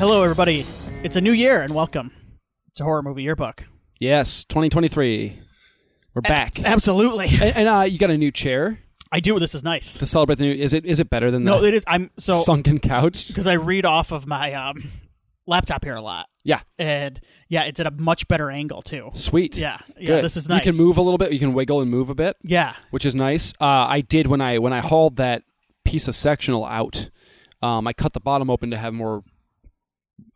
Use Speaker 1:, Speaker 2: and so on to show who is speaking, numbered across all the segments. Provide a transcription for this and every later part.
Speaker 1: everybody. It's a new year and welcome to Horror Movie Yearbook.
Speaker 2: Yes, 2023. We're back.
Speaker 1: Absolutely.
Speaker 2: and and uh, you got a new chair
Speaker 1: I do. This is nice.
Speaker 2: to celebrate the new. Is it is it better than
Speaker 1: No,
Speaker 2: the
Speaker 1: it is. I'm so
Speaker 2: sunken couch?
Speaker 1: because I read off of my um, laptop here a lot.
Speaker 2: Yeah,
Speaker 1: And yeah, it's at a much better angle too.
Speaker 2: sweet.
Speaker 1: Yeah. Yeah,
Speaker 2: Good.
Speaker 1: this is nice.
Speaker 2: You can move a little bit. You can wiggle and move a bit,
Speaker 1: Yeah.
Speaker 2: which is nice. Uh, I did when I when I hauled that piece of sectional out. Um, I cut the bottom open to have more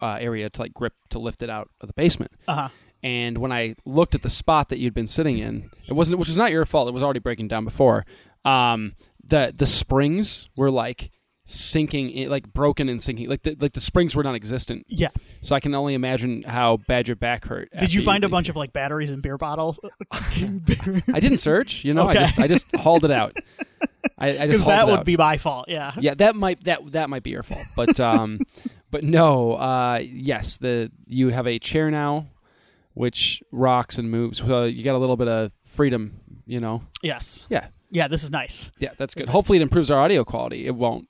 Speaker 2: uh, area to like grip to lift it out of the basement.
Speaker 1: Uh huh.
Speaker 2: and when I looked at the spot that you'd been sitting in, it wasn't, which was not your fault. It was already breaking down before. Um, the the springs were like sinking, in, like broken and sinking. Like the, like the springs were non-existent.
Speaker 1: Yeah.
Speaker 2: So I can only imagine how bad your back hurt.
Speaker 1: Did you find a bunch of like batteries and beer bottles? Because
Speaker 2: I didn't search. You know,
Speaker 1: Okay.
Speaker 2: I just I just hauled it out. I, I just hauled
Speaker 1: that
Speaker 2: it
Speaker 1: would
Speaker 2: out.
Speaker 1: be my fault. Yeah.
Speaker 2: yeah. That might that that might be your fault, but um, but no. Uh, yes, the you have a chair now. Which rocks and moves. So you got a little bit of freedom, you know.
Speaker 1: Yes.
Speaker 2: Yeah,
Speaker 1: Yeah. This is nice.
Speaker 2: yeah, that's good. Hopefully, it improves our audio quality. It won't.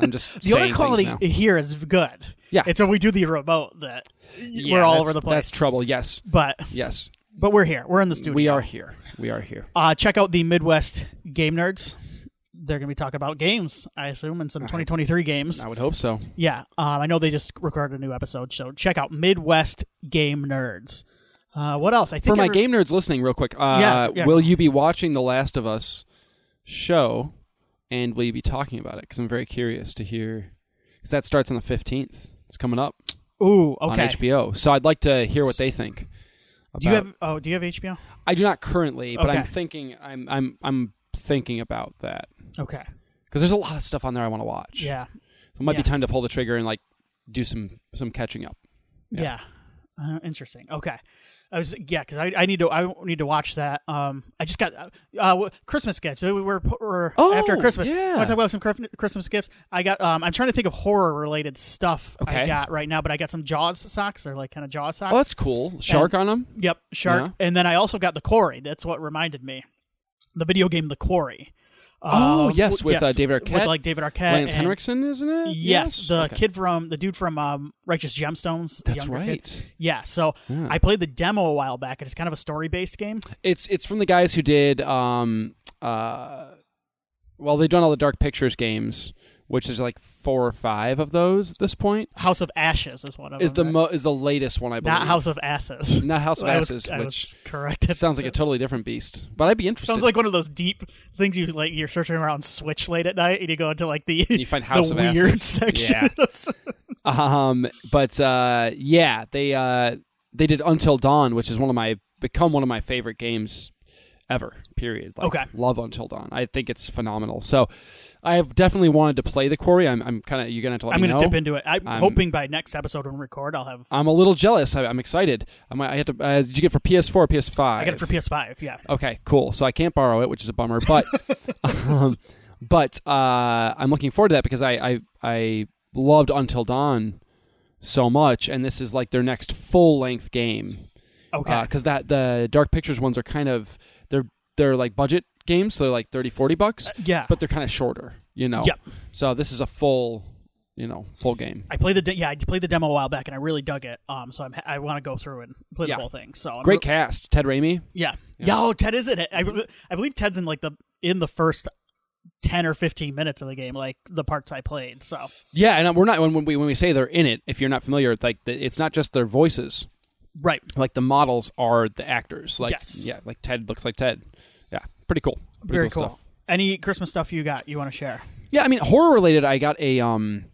Speaker 2: I'm just
Speaker 1: The
Speaker 2: saying
Speaker 1: other quality
Speaker 2: things now.
Speaker 1: here is good.
Speaker 2: Yeah.
Speaker 1: It's when we do the remote that
Speaker 2: Yeah,
Speaker 1: we're all
Speaker 2: that's-
Speaker 1: over the place.
Speaker 2: That's trouble. Yes,
Speaker 1: But
Speaker 2: yes,
Speaker 1: but we're here. We're in the studio.
Speaker 2: we are here. We are here.
Speaker 1: Uh, check out the Midwest Game Nerds. They're going to be talking about games, I assume, and some 2023 games.
Speaker 2: I would hope so.
Speaker 1: Yeah, um, I know they just recorded a new episode, so check out Midwest Game Nerds. Uh, what else? I think
Speaker 2: For my
Speaker 1: every-
Speaker 2: game nerds listening, real quick, uh,
Speaker 1: Yeah, yeah.
Speaker 2: will you be watching The Last of Us show, and will you be talking about it? Because I'm very curious to hear. Because that starts on the 15th. It's coming up
Speaker 1: Ooh,
Speaker 2: on
Speaker 1: okay.
Speaker 2: HBO. So I'd like to hear what they think. About.
Speaker 1: Do you have? Oh, do you have HBO?
Speaker 2: I do not currently, but
Speaker 1: Okay.
Speaker 2: I'm thinking. I'm I'm I'm thinking about that.
Speaker 1: Okay.
Speaker 2: because there's a lot of stuff on there I want to watch.
Speaker 1: Yeah.
Speaker 2: it might
Speaker 1: yeah.
Speaker 2: be time to pull the trigger and like do some some catching up.
Speaker 1: Yeah. Uh, interesting. Okay. I was yeah, because I, I need to I need to watch that. Um, I just got uh, uh Christmas gifts. We were, we're
Speaker 2: Oh,
Speaker 1: after Christmas.
Speaker 2: yeah.
Speaker 1: Want to talk about some Christ- Christmas gifts? I got. Um, I'm trying to think of horror related stuff I
Speaker 2: Okay.
Speaker 1: got right now, but I got some Jaws socks. They're like kind of Jaws socks.
Speaker 2: Oh, that's cool. Shark on 'em. on them.
Speaker 1: Yep, shark. And then I also got the quarry. That's what reminded me, the video game, the quarry.
Speaker 2: Oh,
Speaker 1: Um,
Speaker 2: yes,
Speaker 1: w-
Speaker 2: with, uh, David
Speaker 1: with
Speaker 2: Arquette,
Speaker 1: like David Arquette,
Speaker 2: Lance
Speaker 1: uh, and-
Speaker 2: Henriksen, isn't it?
Speaker 1: Yes, the
Speaker 2: Okay.
Speaker 1: kid from the dude from um, Righteous Gemstones. the
Speaker 2: That's
Speaker 1: younger kid.
Speaker 2: right.
Speaker 1: Yeah, so
Speaker 2: Yeah.
Speaker 1: I played the demo a while back. It's kind of a story based game.
Speaker 2: It's it's from the guys who did um uh well they've done all the Dark Pictures games, which is like four or five of those at this point.
Speaker 1: House of Ashes is one of
Speaker 2: Is the
Speaker 1: them.
Speaker 2: mo- is the latest one I believe.
Speaker 1: not House of Asses.
Speaker 2: Not House of
Speaker 1: I was-
Speaker 2: Asses,
Speaker 1: I was
Speaker 2: which
Speaker 1: corrected.
Speaker 2: sounds like a totally different beast. But I'd be interested.
Speaker 1: Sounds like one of those deep things you like. You're searching around Switch late at night, and you go into like the
Speaker 2: you find House
Speaker 1: the
Speaker 2: of
Speaker 1: weird
Speaker 2: Asses.
Speaker 1: section.
Speaker 2: Um, but uh, yeah, they uh, they did Until Dawn, which is one of my become one of my favorite games ever. Period. Like,
Speaker 1: Okay.
Speaker 2: love Until Dawn. I think it's phenomenal. So I have definitely wanted to play the quarry. I'm, I'm kind of you're gonna have to let
Speaker 1: I'm
Speaker 2: me
Speaker 1: going to
Speaker 2: know.
Speaker 1: dip into it. I'm,
Speaker 2: I'm-
Speaker 1: hoping by next episode when we record, I'll have.
Speaker 2: I'm a little jealous. I, I'm excited. I might. I have to. Uh, did you get it for PS4, or PS5?
Speaker 1: I got it for PS5. Yeah.
Speaker 2: Okay, cool. So I can't borrow it, which is a bummer, but um, but uh, I'm looking forward to that because I, I I loved Until Dawn so much, and this is like their next full length game
Speaker 1: Okay.
Speaker 2: because that the Dark Pictures ones are kind of they're they're like budget games, so they're like 30, 40 bucks,
Speaker 1: yeah.
Speaker 2: but they're kind of shorter, you know.
Speaker 1: Uh, Yep.
Speaker 2: So this is a full, you know, full game.
Speaker 1: I played the de- yeah I played the demo a while back and I really dug it. Um. So I'm ha- I want to go through and play
Speaker 2: Yeah.
Speaker 1: the whole thing. So I'm
Speaker 2: Great cast, Ted Raimi.
Speaker 1: yeah. yeah. Oh, Ted is in it. I, be- I believe Ted's in like the in the first ten or fifteen minutes of the game, like the parts I played. So
Speaker 2: Yeah, and we're not when when we when we say they're in it. If you're not familiar, like the, it's not just their voices.
Speaker 1: right.
Speaker 2: like the models are the actors. Like
Speaker 1: Yes.
Speaker 2: yeah, like Ted looks like Ted. Yeah, pretty cool. Pretty
Speaker 1: Very cool.
Speaker 2: Stuff.
Speaker 1: Any Christmas stuff you got you want to share?
Speaker 2: Yeah, I mean horror related. I got a um,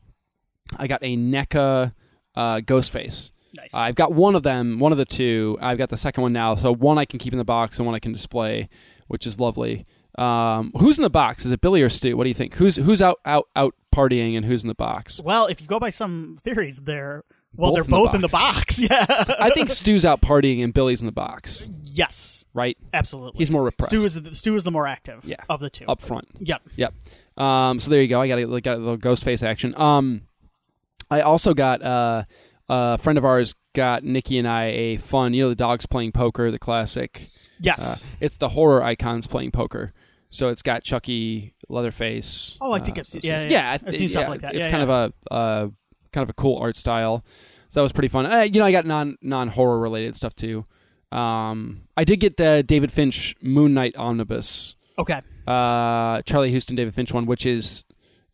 Speaker 2: I got a NECA uh, Ghostface.
Speaker 1: Nice.
Speaker 2: I've got one of them, one of the two. I've got the second one now. So one I can keep in the box and one I can display, which is lovely. Um, who's in the box? Is it Billy or Stu? What do you think? Who's who's out out out partying and who's in the box?
Speaker 1: well, if you go by some theories, they're well,
Speaker 2: Both
Speaker 1: they're
Speaker 2: in the
Speaker 1: both in the box. Yeah.
Speaker 2: I think Stu's out partying and Billy's in the box,
Speaker 1: yes.
Speaker 2: right?
Speaker 1: Absolutely.
Speaker 2: He's more repressed
Speaker 1: Stu is the, Stu is the more active
Speaker 2: Yeah.
Speaker 1: of the two.
Speaker 2: up front.
Speaker 1: Yep.
Speaker 2: Yep. Um, so there you go. I got a, got a little ghost face action. Um, I also got uh, a friend of ours got Nikki and I a fun. You know, the dogs playing poker, the classic. Uh,
Speaker 1: Yes.
Speaker 2: it's the horror icons playing poker. So it's got Chucky, Leatherface. uh,
Speaker 1: Oh, I think I've seen-
Speaker 2: those
Speaker 1: yeah,
Speaker 2: guys.
Speaker 1: yeah,
Speaker 2: I
Speaker 1: I've
Speaker 2: th-
Speaker 1: seen stuff
Speaker 2: yeah,
Speaker 1: like that.
Speaker 2: It's
Speaker 1: Yeah,
Speaker 2: kind of a, a kind of a cool art style. So that was pretty fun. Uh, you know, I got non non horror related stuff too. Um, I did get the David Finch Moon Knight omnibus,
Speaker 1: Okay.
Speaker 2: uh, Charlie Houston David Finch one, which is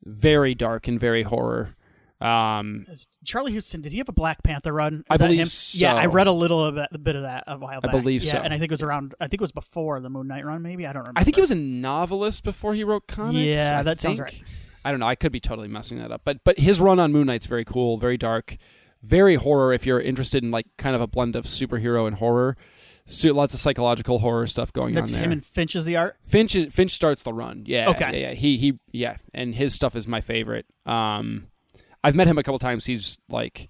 Speaker 2: very dark and very horror. Um,
Speaker 1: Is Charlie Houston, did he have a Black Panther run? Is
Speaker 2: I
Speaker 1: that
Speaker 2: believe
Speaker 1: him?
Speaker 2: so.
Speaker 1: Yeah, I read a little of that- bit of that a while
Speaker 2: I
Speaker 1: back.
Speaker 2: believe
Speaker 1: yeah,
Speaker 2: so.
Speaker 1: And I think it was around, I think it was before the Moon Knight run, maybe? I don't remember.
Speaker 2: I think he was a novelist before he wrote comics.
Speaker 1: Yeah,
Speaker 2: I
Speaker 1: that sounds
Speaker 2: think.
Speaker 1: right.
Speaker 2: I don't know. I could be totally messing that up, but but his run on Moon Knight's very cool, very dark, very horror. If you're interested in like kind of a blend of superhero and horror, so lots of psychological horror stuff going
Speaker 1: That's
Speaker 2: on there.
Speaker 1: him and Finch is the art.
Speaker 2: Finch is- Finch starts the run. Yeah.
Speaker 1: Okay.
Speaker 2: Yeah, yeah. He he yeah, and his stuff is my favorite. Um, I've met him a couple times. He's like,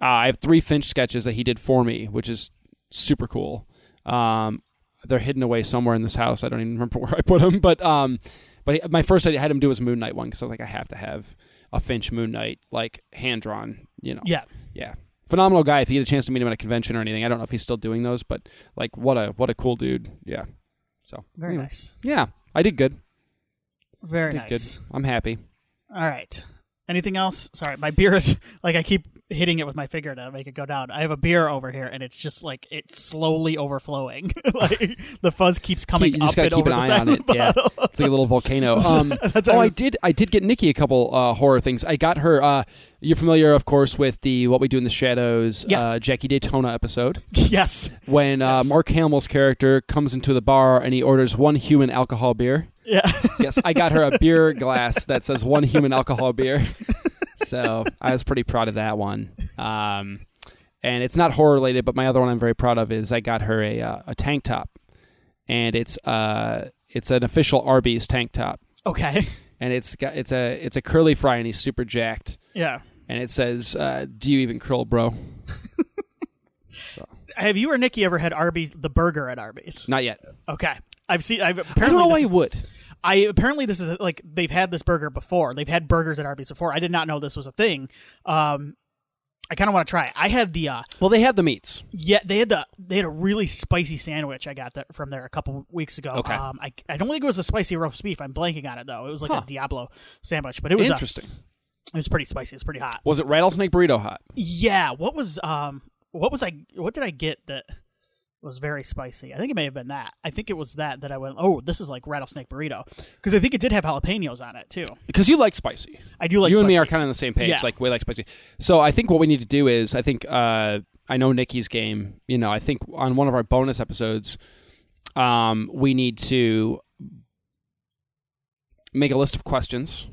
Speaker 2: uh, I have three Finch sketches that he did for me, which is super cool. Um, they're hidden away somewhere in this house. I don't even remember where I put them, but um, but he- my first I had him do his Moon Knight one because I was like, I have to have a Finch Moon Knight like hand drawn. You know.
Speaker 1: Yeah.
Speaker 2: Yeah. Phenomenal guy. If you get a chance to meet him at a convention or anything, I don't know if he's still doing those, but like, what a what a cool dude. Yeah. So
Speaker 1: Very
Speaker 2: anyway.
Speaker 1: nice.
Speaker 2: Yeah, I did good.
Speaker 1: Very
Speaker 2: Did
Speaker 1: nice.
Speaker 2: good. I'm happy.
Speaker 1: All right. Anything else? Sorry, my beer is like I keep hitting it with my finger to make it go down. I have a beer over here, and it's just like it's slowly overflowing. like the fuzz keeps coming
Speaker 2: you
Speaker 1: up
Speaker 2: just
Speaker 1: and
Speaker 2: gotta keep
Speaker 1: over
Speaker 2: an
Speaker 1: the
Speaker 2: eye
Speaker 1: side
Speaker 2: on
Speaker 1: of the
Speaker 2: it, yeah.
Speaker 1: bottle.
Speaker 2: It's like a little volcano. Um,
Speaker 1: That's
Speaker 2: oh,
Speaker 1: what I
Speaker 2: I
Speaker 1: was-
Speaker 2: did. I did get Nikki a couple uh, horror things. I got her. Uh, you're familiar, of course, with the "What We Do in the Shadows"
Speaker 1: Yeah.
Speaker 2: uh, Jackie Daytona episode
Speaker 1: yes.
Speaker 2: when uh,
Speaker 1: Yes.
Speaker 2: Mark Hamill's character comes into the bar and he orders one human alcohol beer.
Speaker 1: Yeah.
Speaker 2: Yes, I got her a beer glass that says one human alcohol beer. So I was pretty proud of that one. Um, and it's not horror related, but my other one I'm very proud of is I got her a, uh, a tank top, and it's uh it's an official Arby's tank top,
Speaker 1: Okay.
Speaker 2: and it's got it's a it's a curly fry, and he's super jacked,
Speaker 1: Yeah.
Speaker 2: and it says, uh, "Do you even curl, bro?" so,
Speaker 1: Have you or Nikki ever had Arby's the burger at Arby's?
Speaker 2: not yet.
Speaker 1: Okay. I've seen. I've
Speaker 2: I
Speaker 1: apparently
Speaker 2: don't know why
Speaker 1: this
Speaker 2: you
Speaker 1: is-
Speaker 2: would.
Speaker 1: I apparently this is like they've had this burger before. They've had burgers at Arby's before. I did not know this was a thing. Um, I kind of want to try. it. I had the uh,
Speaker 2: Well, they had the meats.
Speaker 1: Yeah, they had the they had a really spicy sandwich I got that from there a couple weeks ago.
Speaker 2: Okay.
Speaker 1: Um, I, I don't think it was a spicy roast beef. I'm blanking on it though. It was like
Speaker 2: Huh.
Speaker 1: a Diablo sandwich, but it was uh
Speaker 2: Interesting.
Speaker 1: it was pretty spicy. It was pretty hot.
Speaker 2: Was it rattlesnake burrito hot?
Speaker 1: Yeah. What was um what was I what did I get that was very spicy? I think it may have been that. I think it was that that I went. Oh, this is like rattlesnake burrito because I think it did have jalapenos on it too.
Speaker 2: Because you like spicy.
Speaker 1: I do like
Speaker 2: you and me
Speaker 1: spicy.
Speaker 2: are kind of on the same page.
Speaker 1: Yeah.
Speaker 2: Like we like spicy. So I think what we need to do is I think uh, I know Nikki's game. You know, I think on one of our bonus episodes, um, we need to make a list of questions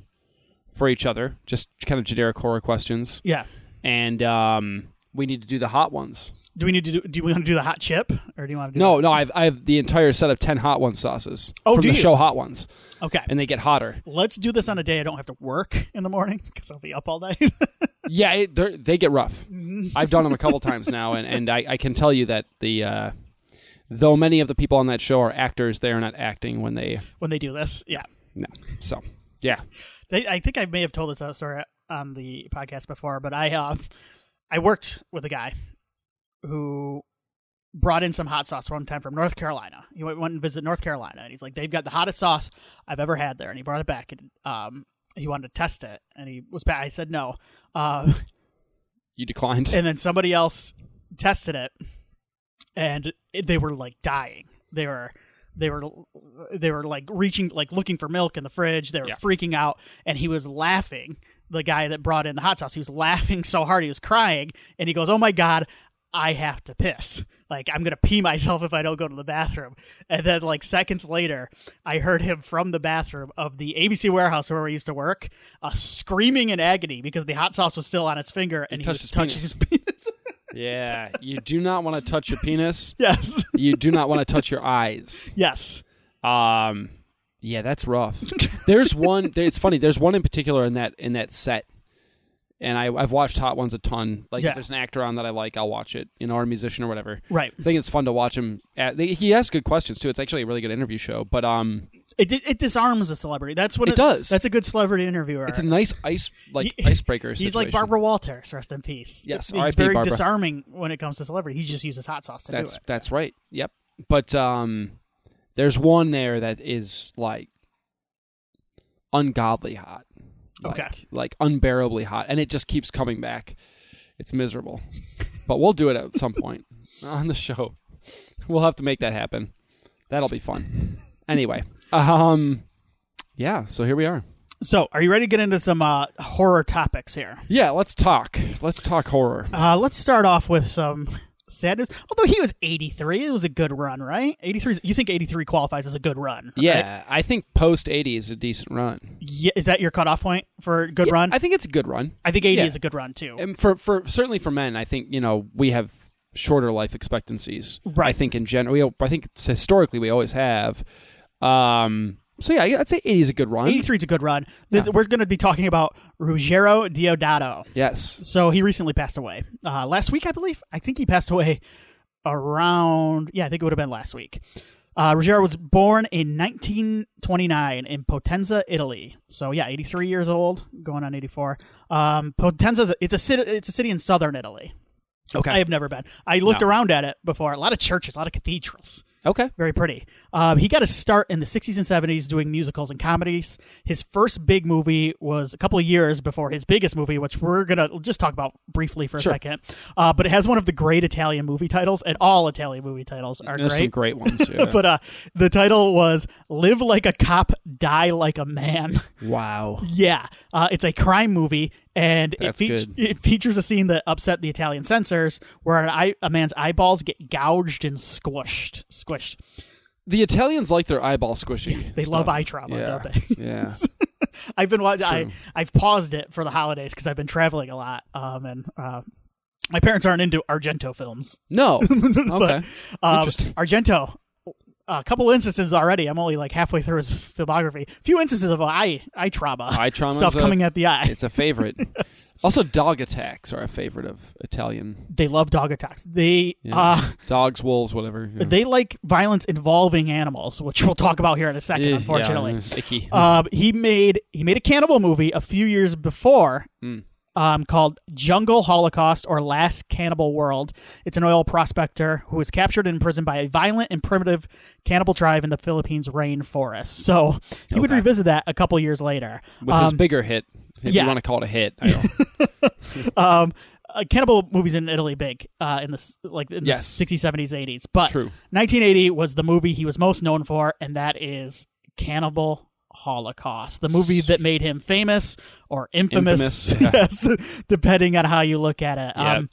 Speaker 2: for each other, just kind of generic horror questions,
Speaker 1: yeah.
Speaker 2: and um, we need to do the hot ones.
Speaker 1: Do we need to do? Do we want to do the hot chip or do you want to do
Speaker 2: No, no, I've I have the entire set of ten hot ones sauces
Speaker 1: Oh,
Speaker 2: from
Speaker 1: do
Speaker 2: the
Speaker 1: you?
Speaker 2: show Hot Ones,
Speaker 1: Okay.
Speaker 2: and they get hotter.
Speaker 1: Let's do this on a day I don't have to work in the morning because I'll be up all night.
Speaker 2: yeah, it, they're- they get rough. I've done them a couple times now, and, and I, I can tell you that the uh, though many of the people on that show are actors, they are not acting when they
Speaker 1: when they do this. Yeah,
Speaker 2: no. So yeah,
Speaker 1: they, I think I may have told this uh, story on the podcast before, but I uh, I worked with a guy who brought in some hot sauce one time from North Carolina. He went, went and visited North Carolina, and he's like, "They've got the hottest sauce I've ever had there," and he brought it back, and um, he wanted to test it, and he was back. I said no, uh,
Speaker 2: you declined.
Speaker 1: and then somebody else tested it, and it- they were like dying. They were they were they were like reaching like looking for milk in the fridge. They were
Speaker 2: Yeah.
Speaker 1: freaking out, and he was laughing. The guy that brought in the hot sauce, he was laughing so hard he was crying, and he goes, "Oh my god." I have to piss. Like I'm gonna pee myself if I don't go to the bathroom. And then like seconds later, I heard him from the bathroom of the ABC warehouse where we used to work, uh, screaming in agony because the hot sauce was still on his finger and he,
Speaker 2: touched
Speaker 1: was
Speaker 2: his
Speaker 1: touching
Speaker 2: penis.
Speaker 1: his penis.
Speaker 2: yeah, you do not want to touch your penis.
Speaker 1: Yes.
Speaker 2: You do not want to touch your eyes.
Speaker 1: Yes.
Speaker 2: Um, yeah, that's rough. There's one. It's funny. There's one in particular in that in that set, and I, I've watched Hot Ones a ton. Like
Speaker 1: Yeah.
Speaker 2: if there's an actor on that I like, I'll watch it. You know, or a musician or whatever.
Speaker 1: Right.
Speaker 2: I think it's fun to watch him. At, they, he asks good questions too. It's actually a really good interview show. But um,
Speaker 1: It di- it disarms a celebrity. That's what
Speaker 2: It does.
Speaker 1: That's a good celebrity interviewer.
Speaker 2: it's a nice ice like
Speaker 1: He-
Speaker 2: icebreaker.
Speaker 1: He's like
Speaker 2: situation.
Speaker 1: Barbara Walters, rest in peace.
Speaker 2: Yes,
Speaker 1: he's
Speaker 2: R.I.P.
Speaker 1: very
Speaker 2: Barbara.
Speaker 1: disarming when it comes to celebrity. He just uses hot sauce to
Speaker 2: That's
Speaker 1: do it.
Speaker 2: that's right. Yep. But um, there's one there that is like ungodly hot.
Speaker 1: Okay.
Speaker 2: like, like unbearably hot, and it just keeps coming back. It's miserable, but we'll do it at some point on the show. We'll have to make that happen. That'll be fun. Anyway, um, yeah. So here we are.
Speaker 1: So, are you ready to get into some uh, horror topics here?
Speaker 2: Yeah, let's talk. Let's talk horror.
Speaker 1: Uh, let's start off with some sad news. Although he was 83, it was a good run, right? 83. You think 83 qualifies as a good run? right?
Speaker 2: Yeah, I think post eighty is a decent run.
Speaker 1: Yeah, Is that your cutoff point for good
Speaker 2: Yeah,
Speaker 1: run? I,
Speaker 2: I think it's a good run.
Speaker 1: think 80
Speaker 2: yeah.
Speaker 1: is a good run too.
Speaker 2: and for for certainly for men, I think you know we have shorter life expectancies.
Speaker 1: Right.
Speaker 2: I think in general, we, I think it's historically we always have. Um. So yeah, I'd say eighty is a good run.
Speaker 1: 83 is a good run. This, We're going to be talking about Ruggiero Diodato.
Speaker 2: Yes.
Speaker 1: So he recently passed away. Uh, last week, I believe. I think he passed away around. Yeah, I think it would have been last week. Uh, Ruggiero was born in 1929 in Potenza, Italy. So yeah, 83 years old, going on 84. Um, Potenza, it's a city. It's a city in southern Italy.
Speaker 2: Okay.
Speaker 1: I have never been. I looked
Speaker 2: No.
Speaker 1: around at it before. A lot of churches, a lot of cathedrals
Speaker 2: Okay.
Speaker 1: very pretty. Um, he got his start in the 60s and 70s doing musicals and comedies. His first big movie was a couple of years before his biggest movie, which we're going to just talk about briefly for a
Speaker 2: Sure.
Speaker 1: second. Uh, but it has one of the great Italian movie titles, and all Italian movie titles are
Speaker 2: There's some
Speaker 1: great.
Speaker 2: great ones. yeah.
Speaker 1: But uh, the title was Live Like a Cop, Die Like a Man.
Speaker 2: wow.
Speaker 1: Yeah, uh, it's a crime movie, and it,
Speaker 2: That's
Speaker 1: feat-
Speaker 2: good.
Speaker 1: it features a scene that upset the Italian censors, where an eye- a man's eyeballs get gouged and squished. Squished.
Speaker 2: The Italians like their eyeball squishing.
Speaker 1: They
Speaker 2: stuff.
Speaker 1: love eye trauma,
Speaker 2: yeah.
Speaker 1: don't they?
Speaker 2: yeah.
Speaker 1: I've been watching.
Speaker 2: It's
Speaker 1: I
Speaker 2: true.
Speaker 1: I've paused it for the holidays because I've been traveling a lot. Um, and uh, my parents aren't into Argento films.
Speaker 2: No. Okay.
Speaker 1: Um,
Speaker 2: Interesting.
Speaker 1: Argento. A couple instances already. I'm only like halfway through his filmography. A few instances of eye eye trauma,
Speaker 2: Eye trauma
Speaker 1: stuff
Speaker 2: is a-
Speaker 1: coming at the eye.
Speaker 2: It's a favorite. Also, dog attacks are a favorite of Italian
Speaker 1: They love dog attacks. They
Speaker 2: Yeah.
Speaker 1: uh,
Speaker 2: dogs, wolves, whatever. Yeah.
Speaker 1: they like violence involving animals, which we'll talk about here in a second.
Speaker 2: Eh, Yeah,
Speaker 1: unfortunately,
Speaker 2: yeah, icky.
Speaker 1: Um, he made he made a cannibal movie a few years before,
Speaker 2: Mm.
Speaker 1: um, called Jungle Holocaust or Last Cannibal World. It's an oil prospector who is captured and imprisoned by a violent and primitive cannibal tribe in the Philippines rainforest. So he would
Speaker 2: Okay.
Speaker 1: revisit that a couple years later.
Speaker 2: with his
Speaker 1: Um,
Speaker 2: bigger hit, if
Speaker 1: yeah.
Speaker 2: you want to call it a hit. I don't.
Speaker 1: um, uh, cannibal movies in Italy big uh, in the s- like in
Speaker 2: Yes.
Speaker 1: the 60s, 70s, 80s. But
Speaker 2: True.
Speaker 1: 1980 was the movie he was most known for, and that is Cannibal Holocaust, the movie that made him famous or infamous,
Speaker 2: Infamous,
Speaker 1: yes, depending on how you look at it. Um,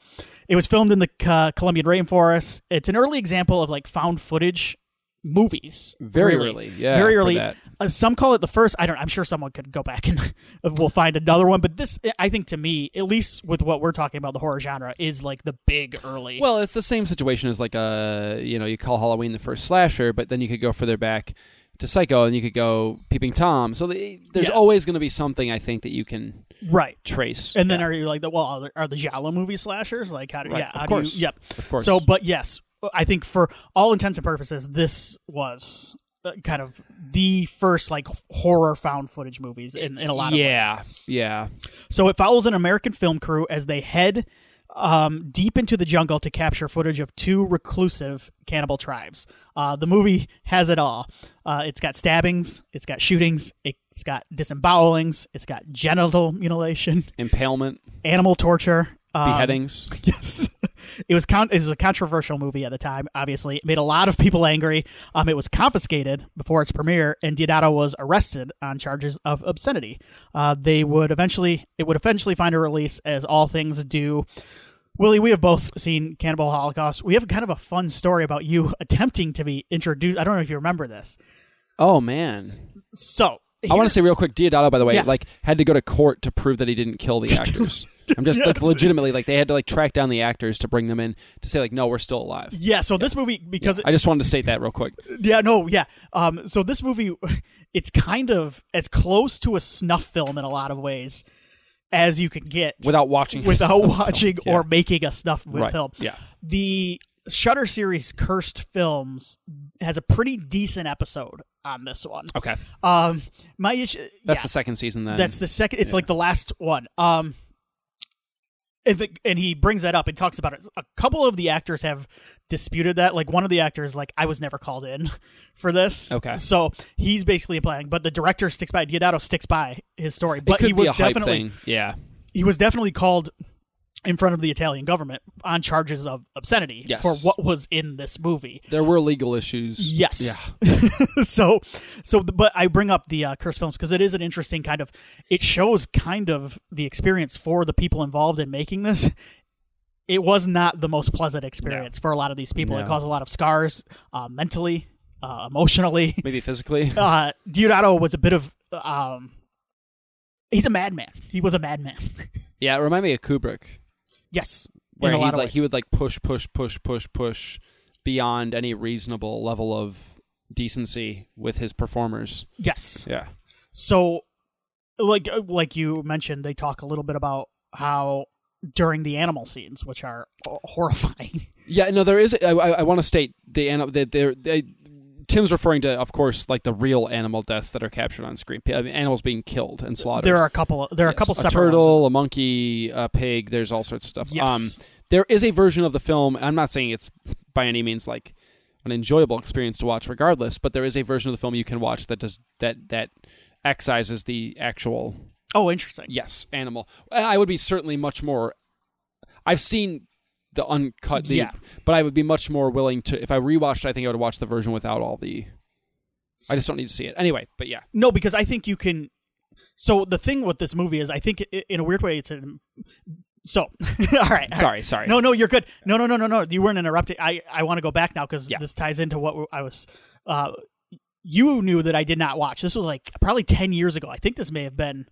Speaker 1: it was filmed in the uh, Colombian rainforest. It's an early example of like found footage movies.
Speaker 2: Very
Speaker 1: really.
Speaker 2: early. Yeah.
Speaker 1: Very
Speaker 2: for
Speaker 1: early.
Speaker 2: that.
Speaker 1: Uh, some call it the first. I don't. I'm sure someone could go back and we'll find another one. But this, I think, to me, at least with what we're talking about, the horror genre is like the big early.
Speaker 2: Well, it's the same situation as like a you know you call Halloween the first slasher, but then you could go further back to Psycho, and you could go Peeping Tom. So the, there's
Speaker 1: Yeah.
Speaker 2: always going to be something I think that you can
Speaker 1: right.
Speaker 2: trace.
Speaker 1: And then
Speaker 2: Yeah,
Speaker 1: are you like, the, well, are the, are the Giallo movie slashers? Like, how do,
Speaker 2: Right,
Speaker 1: yeah,
Speaker 2: of
Speaker 1: how
Speaker 2: course.
Speaker 1: do you, yep.
Speaker 2: of course.
Speaker 1: So, but yes, I think for all intents and purposes, this was uh, kind of the first like horror found footage movies in, in a lot of ways.
Speaker 2: yeah, yeah,
Speaker 1: So it follows an American film crew as they head um, deep into the jungle to capture footage of two reclusive cannibal tribes. Uh, the movie has it all. Uh, it's got stabbings, it's got shootings, it's got disembowelings, it's got genital mutilation,
Speaker 2: impalement,
Speaker 1: animal torture. Um,
Speaker 2: beheadings.
Speaker 1: Yes. It was con- it was a controversial movie at the time, obviously. It made a lot of people angry. Um, it was confiscated before its premiere, and Diodato was arrested on charges of obscenity. Uh, they would eventually it would eventually find a release as all things do. Willie, we have both seen Cannibal Holocaust. We have kind of a fun story about you attempting to be introduced. I don't know if you remember this.
Speaker 2: Oh man,
Speaker 1: So
Speaker 2: I want to say real quick, Diodato, by the way,
Speaker 1: Yeah.
Speaker 2: like had to go to court to prove that he didn't kill the actors. I'm just like
Speaker 1: Yes.
Speaker 2: legitimately like they had to like track down the actors to bring them in to say like no, we're still alive.
Speaker 1: yeah. So this movie because
Speaker 2: I just wanted to state that real quick.
Speaker 1: Yeah, no, yeah. Um, so this movie, it's kind of as close to a snuff film in a lot of ways as you could get
Speaker 2: without watching
Speaker 1: without
Speaker 2: yourself.
Speaker 1: watching
Speaker 2: Yeah.
Speaker 1: or making a snuff
Speaker 2: Right.
Speaker 1: film.
Speaker 2: Yeah.
Speaker 1: The Shutter series Cursed Films has a pretty decent episode on this one.
Speaker 2: Okay,
Speaker 1: Um, my issue,
Speaker 2: that's
Speaker 1: yeah,
Speaker 2: the second season. Then
Speaker 1: that's the second. It's like the last one. Um, and, the, and he brings that up and talks about it. A couple of the actors have disputed that. Like one of the actors, like I was never called in for this.
Speaker 2: Okay.
Speaker 1: so he's basically implying, but the director sticks by. Diodato sticks by his story, but
Speaker 2: it could
Speaker 1: he
Speaker 2: be
Speaker 1: was
Speaker 2: a hype
Speaker 1: definitely
Speaker 2: thing. Yeah.
Speaker 1: he was definitely called in front of the Italian government on charges of obscenity
Speaker 2: Yes.
Speaker 1: for what was in this movie.
Speaker 2: There were legal issues.
Speaker 1: Yes.
Speaker 2: Yeah.
Speaker 1: so, so, but I bring up the uh, Curse films because it is an interesting kind of. It shows kind of the experience for the people involved in making this. It was not the most pleasant experience for a lot of these people. It
Speaker 2: No.
Speaker 1: caused a lot of scars, uh, mentally, uh, emotionally.
Speaker 2: Maybe physically.
Speaker 1: Uh, Diodato was a bit of. Um, he's a madman. He was a madman.
Speaker 2: Yeah, it reminded me of Kubrick.
Speaker 1: yes.
Speaker 2: Where
Speaker 1: in a
Speaker 2: he
Speaker 1: lot of
Speaker 2: like
Speaker 1: ways.
Speaker 2: he would like push, push, push, push, push beyond any reasonable level of decency with his performers.
Speaker 1: yes.
Speaker 2: Yeah.
Speaker 1: So, like uh, like you mentioned, they talk a little bit about how during the animal scenes, which are horrifying.
Speaker 2: Yeah, no, there is. I, I, I want to state the animal. They, they, they, Tim's referring to, of course, like the real animal deaths that are captured on screen. I mean, animals being killed and slaughtered.
Speaker 1: There are a couple. There are a
Speaker 2: Yes,
Speaker 1: couple separate
Speaker 2: turtle,
Speaker 1: ones.
Speaker 2: a monkey, a pig. There's all sorts of stuff. Um,
Speaker 1: Yes.
Speaker 2: there is a version of the film. And I'm not saying it's by any means like an enjoyable experience to watch, regardless. But there is a version of the film you can watch that does that that excises the actual
Speaker 1: Oh, interesting.
Speaker 2: yes animal. And I would be certainly much more. I've seen the uncut, the,
Speaker 1: Yeah.
Speaker 2: but I would be much more willing to if I rewatched. I think I would watch the version without all the. I just don't need to see it anyway. But yeah,
Speaker 1: No, because I think you can. So the thing with this movie is, I think i- in a weird way, it's an. So, all right. all right.
Speaker 2: sorry, sorry.
Speaker 1: No, no, you're good. No, no, no, no, no. You weren't interrupting. I, I want to go back now because
Speaker 2: Yeah.
Speaker 1: this ties into what I was. Uh, you knew that I did not watch. This was like probably ten years ago. I think this may have been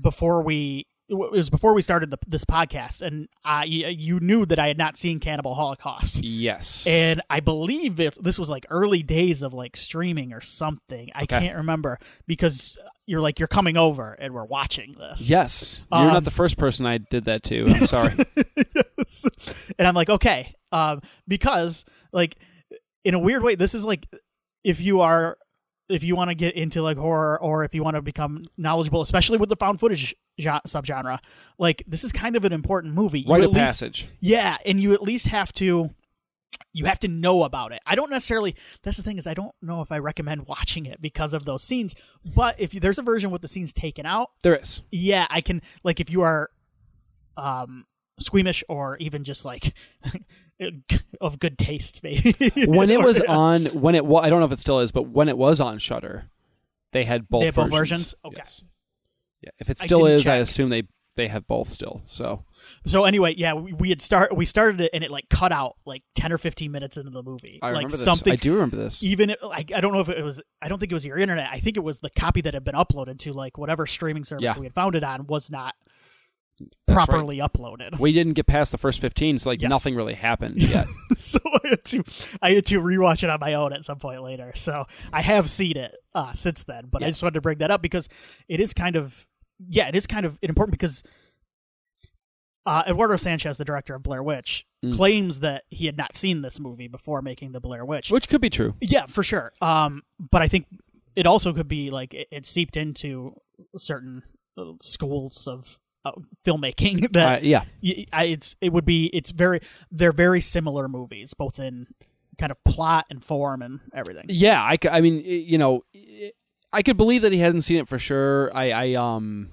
Speaker 1: before we. It was before we started the, this podcast, and I, you knew that I had not seen Cannibal Holocaust.
Speaker 2: Yes.
Speaker 1: And I believe it, this was like early days of like streaming or something. I
Speaker 2: Okay.
Speaker 1: can't remember because you're like, you're coming over and we're watching this.
Speaker 2: Yes, you're
Speaker 1: Um,
Speaker 2: not the first person I did that to. I'm sorry.
Speaker 1: Yes. And I'm like, okay. Um, because like in a weird way, this is like if you are if you want to get into like horror or if you want to become knowledgeable, especially with the found footage gen- subgenre, like this is kind of an important movie. You
Speaker 2: Rite
Speaker 1: at
Speaker 2: of
Speaker 1: least-
Speaker 2: passage.
Speaker 1: yeah, and you at least have to you have to know about it. I don't necessarily that's the thing is I don't know if I recommend watching it because of those scenes, but if you, there's a version with the scenes taken out,
Speaker 2: There is.
Speaker 1: yeah, I can like if you are um squeamish or even just like of good taste maybe.
Speaker 2: When it
Speaker 1: Or-
Speaker 2: was on, when it was, I don't know if it still is, but when it was on Shutter, they had both.
Speaker 1: They have both
Speaker 2: versions.
Speaker 1: versions? Okay.
Speaker 2: Yes. Yeah. If it
Speaker 1: I
Speaker 2: still
Speaker 1: didn't
Speaker 2: is, I
Speaker 1: check.
Speaker 2: assume they they have both still. So
Speaker 1: So anyway, yeah, we, we had start we started it and it like cut out like 10 or 15 minutes into the movie.
Speaker 2: I
Speaker 1: like
Speaker 2: remember this.
Speaker 1: something
Speaker 2: I do remember this.
Speaker 1: even if- like I don't know if it was I don't think it was your internet. I think it was the copy that had been uploaded to like whatever streaming service
Speaker 2: Yeah.
Speaker 1: we had found it on was not
Speaker 2: That's right.
Speaker 1: properly uploaded.
Speaker 2: We didn't get past the first fifteen, so like
Speaker 1: Yes.
Speaker 2: nothing really happened yet.
Speaker 1: so I had to I had to rewatch it on my own at some point later. So I have seen it uh, since then, but I
Speaker 2: Yeah.
Speaker 1: just wanted to bring that up because it is kind of yeah, it is kind of important because uh, Eduardo Sanchez, the director of Blair Witch,
Speaker 2: Mm.
Speaker 1: claims that he had not seen this movie before making the Blair Witch.
Speaker 2: Which could be true.
Speaker 1: Yeah, for sure. Um, but I think it also could be like it, it seeped into certain uh, schools of uh, filmmaking
Speaker 2: Uh,
Speaker 1: that
Speaker 2: yeah.
Speaker 1: y I it's it would be it's very they're very similar movies both in kind of plot and form and everything.
Speaker 2: Yeah, I, cou- I mean, i- you know, i- I could believe that he hadn't seen it for sure. I, I um,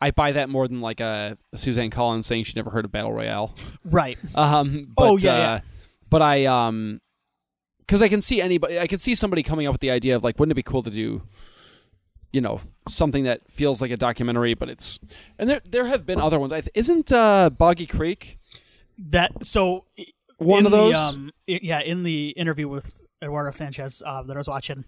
Speaker 2: I buy that more than like a Suzanne Collins saying she never heard of battle royale.
Speaker 1: Right.
Speaker 2: Um, but,
Speaker 1: Oh, yeah,
Speaker 2: uh,
Speaker 1: yeah.
Speaker 2: but I um, because I can see anybody, I can see somebody coming up with the idea of like, wouldn't it be cool to do, you know, something that feels like a documentary, but it's and there there have been other ones. I th- isn't uh, Boggy Creek
Speaker 1: That so i-
Speaker 2: one
Speaker 1: in
Speaker 2: of those?
Speaker 1: The, um, i- yeah, in the interview with Eduardo Sanchez uh, that I was watching,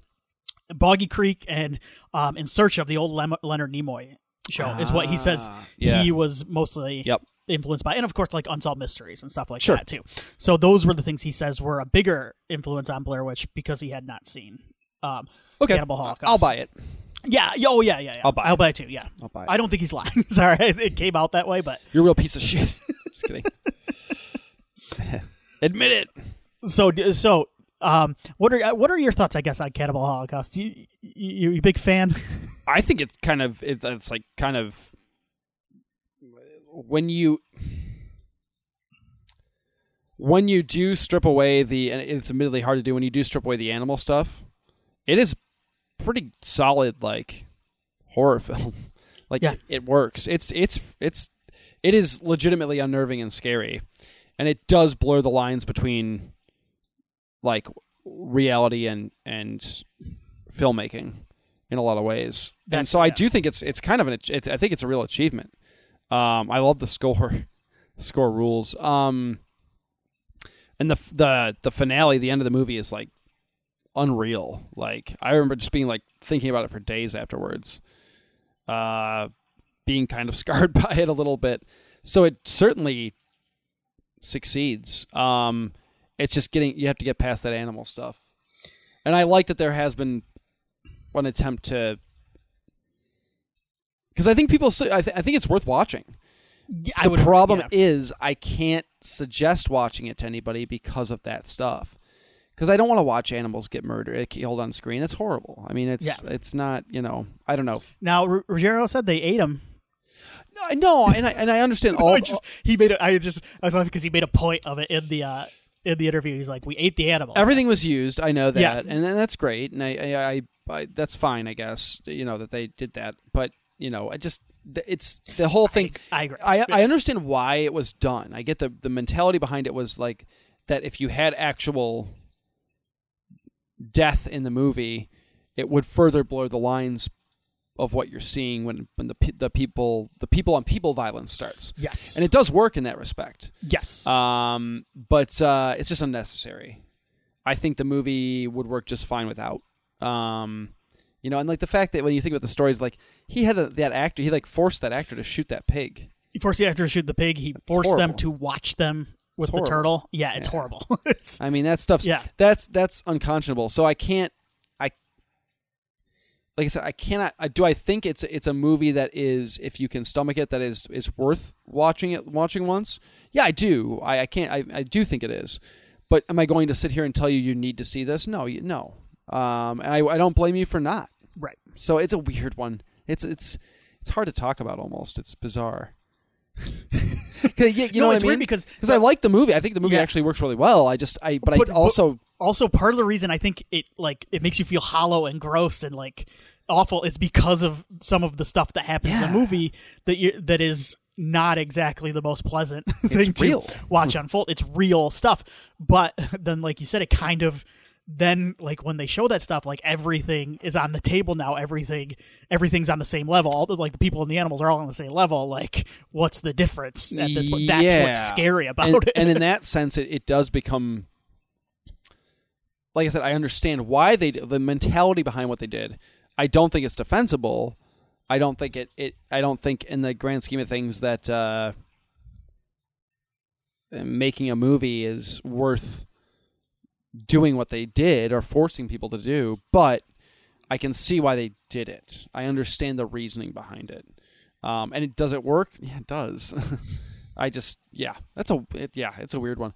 Speaker 1: Boggy Creek and um, In Search of the Old Lem- Leonard Nimoy show is what he says.
Speaker 2: Ah, yeah.
Speaker 1: He was mostly
Speaker 2: Yep.
Speaker 1: influenced by, and of course, like unsolved mysteries and stuff like
Speaker 2: Sure.
Speaker 1: that too. So those were the things he says were a bigger influence on Blair Witch because he had not seen. Um,
Speaker 2: okay,
Speaker 1: Cannibal Holocaust.
Speaker 2: I'll buy it.
Speaker 1: yeah, yeah, oh yeah, yeah, yeah.
Speaker 2: I'll buy
Speaker 1: I'll
Speaker 2: it.
Speaker 1: buy it too. Yeah,
Speaker 2: I'll buy it.
Speaker 1: I don't think he's lying. Sorry, it came out that way, but
Speaker 2: You're a real piece of shit. Just kidding. Admit it.
Speaker 1: so so. Um, what are what are your thoughts? I guess on Cannibal Holocaust. You you, you a big fan?
Speaker 2: I think it's kind of it, it's like kind of when you when you do strip away the and it's admittedly hard to do when you do strip away the animal stuff, it is pretty solid like horror film. like
Speaker 1: Yeah.
Speaker 2: it, it works. It's it's it's it is legitimately unnerving and scary. And it does blur the lines between like reality and and filmmaking in a lot of ways. and
Speaker 1: That's-
Speaker 2: so I
Speaker 1: yeah.
Speaker 2: do think it's it's kind of an ach- it's, I think it's a real achievement. Um, I love the score, score rules. Um, and the f- the the finale, the end of the movie is like unreal. Like I remember just being like thinking about it for days afterwards. Uh, being kind of scarred by it a little bit. So it certainly succeeds. Um, it's just getting you have to get past that animal stuff. And I like that there has been an attempt to because I think people s- I, th- I think it's worth watching.
Speaker 1: Yeah, I
Speaker 2: The
Speaker 1: would,
Speaker 2: problem
Speaker 1: yeah.
Speaker 2: is I can't suggest watching it to anybody because of that stuff. Because I don't want to watch animals get murdered, eh, killed on screen. It's horrible. I mean, it's
Speaker 1: Yeah.
Speaker 2: it's not you know I don't know.
Speaker 1: now Ru- Ruggiero said they ate him.
Speaker 2: No, I- No, and I and I understand all.
Speaker 1: I just he made a, I just I was laughing because he made a point of it in the uh, in the interview. He's like, we ate the animals.
Speaker 2: everything was used. I know that,
Speaker 1: Yeah.
Speaker 2: and, and that's great, and I, I, I, I, that's fine, I guess. You know that they did that, but you know, I just th- it's the whole thing.
Speaker 1: I agree.
Speaker 2: I, I understand why it was done. I get the the mentality behind it was like that if you had actual death in the movie, it would further blur the lines of what you're seeing when when the pe- the people the people on people violence starts.
Speaker 1: yes, Uh,
Speaker 2: And it does work in that respect.
Speaker 1: yes,
Speaker 2: Um, but uh, it's just unnecessary. I think the movie would work just fine without. Um, you know, and like the fact that when you think about the stories, like he had a, that actor, he like forced that actor to shoot that pig.
Speaker 1: he forced the actor to shoot the pig. He forced them
Speaker 2: horrible.
Speaker 1: to watch them with
Speaker 2: It's
Speaker 1: the
Speaker 2: horrible.
Speaker 1: turtle. Yeah, it's
Speaker 2: Yeah. Uh,
Speaker 1: horrible. It's-
Speaker 2: I mean, that stuff's
Speaker 1: Yeah.
Speaker 2: that's that's unconscionable. So I can't. I like I said, I cannot. I, do I think it's it's a movie that is, if you can stomach it, that is is worth watching it watching once? Yeah, I do. I, I can't. I, I do think it is. But am I going to sit here and tell you you need to see this? No, you, no. Um, and I, I don't blame you for not.
Speaker 1: right.
Speaker 2: So it's a weird one. It's it's it's hard to talk about almost. It's bizarre. 'Cause you, you
Speaker 1: no,
Speaker 2: know what
Speaker 1: it's
Speaker 2: I mean?
Speaker 1: weird because
Speaker 2: because I like the movie. I think the movie
Speaker 1: Yeah.
Speaker 2: actually works really well. I just I
Speaker 1: But-
Speaker 2: but, I
Speaker 1: but-
Speaker 2: also
Speaker 1: also part of the reason I think it like it makes you feel hollow and gross and like awful is because of some of the stuff that happens in
Speaker 2: Yeah.
Speaker 1: the movie that you that is not exactly the most pleasant thing to
Speaker 2: real.
Speaker 1: watch unfold. It's real stuff, but then like you said, it kind of then like when they show that stuff like everything is on the table now everything everything's on the same level all the like the people and the animals are all on the same level like what's the difference at this point that's what's
Speaker 2: Yeah.
Speaker 1: scary about
Speaker 2: and,
Speaker 1: it
Speaker 2: and in that sense, it, it does become. Like I said, I understand why they d- the mentality behind what they did. I don't think it's defensible. I don't think it. it I don't think in the grand scheme of things that uh, making a movie is worth doing what they did or forcing people to do. But I can see why they did it. I understand the reasoning behind it. Um, and it does it work? Yeah, it does. I just yeah, that's a it, yeah, it's a weird one.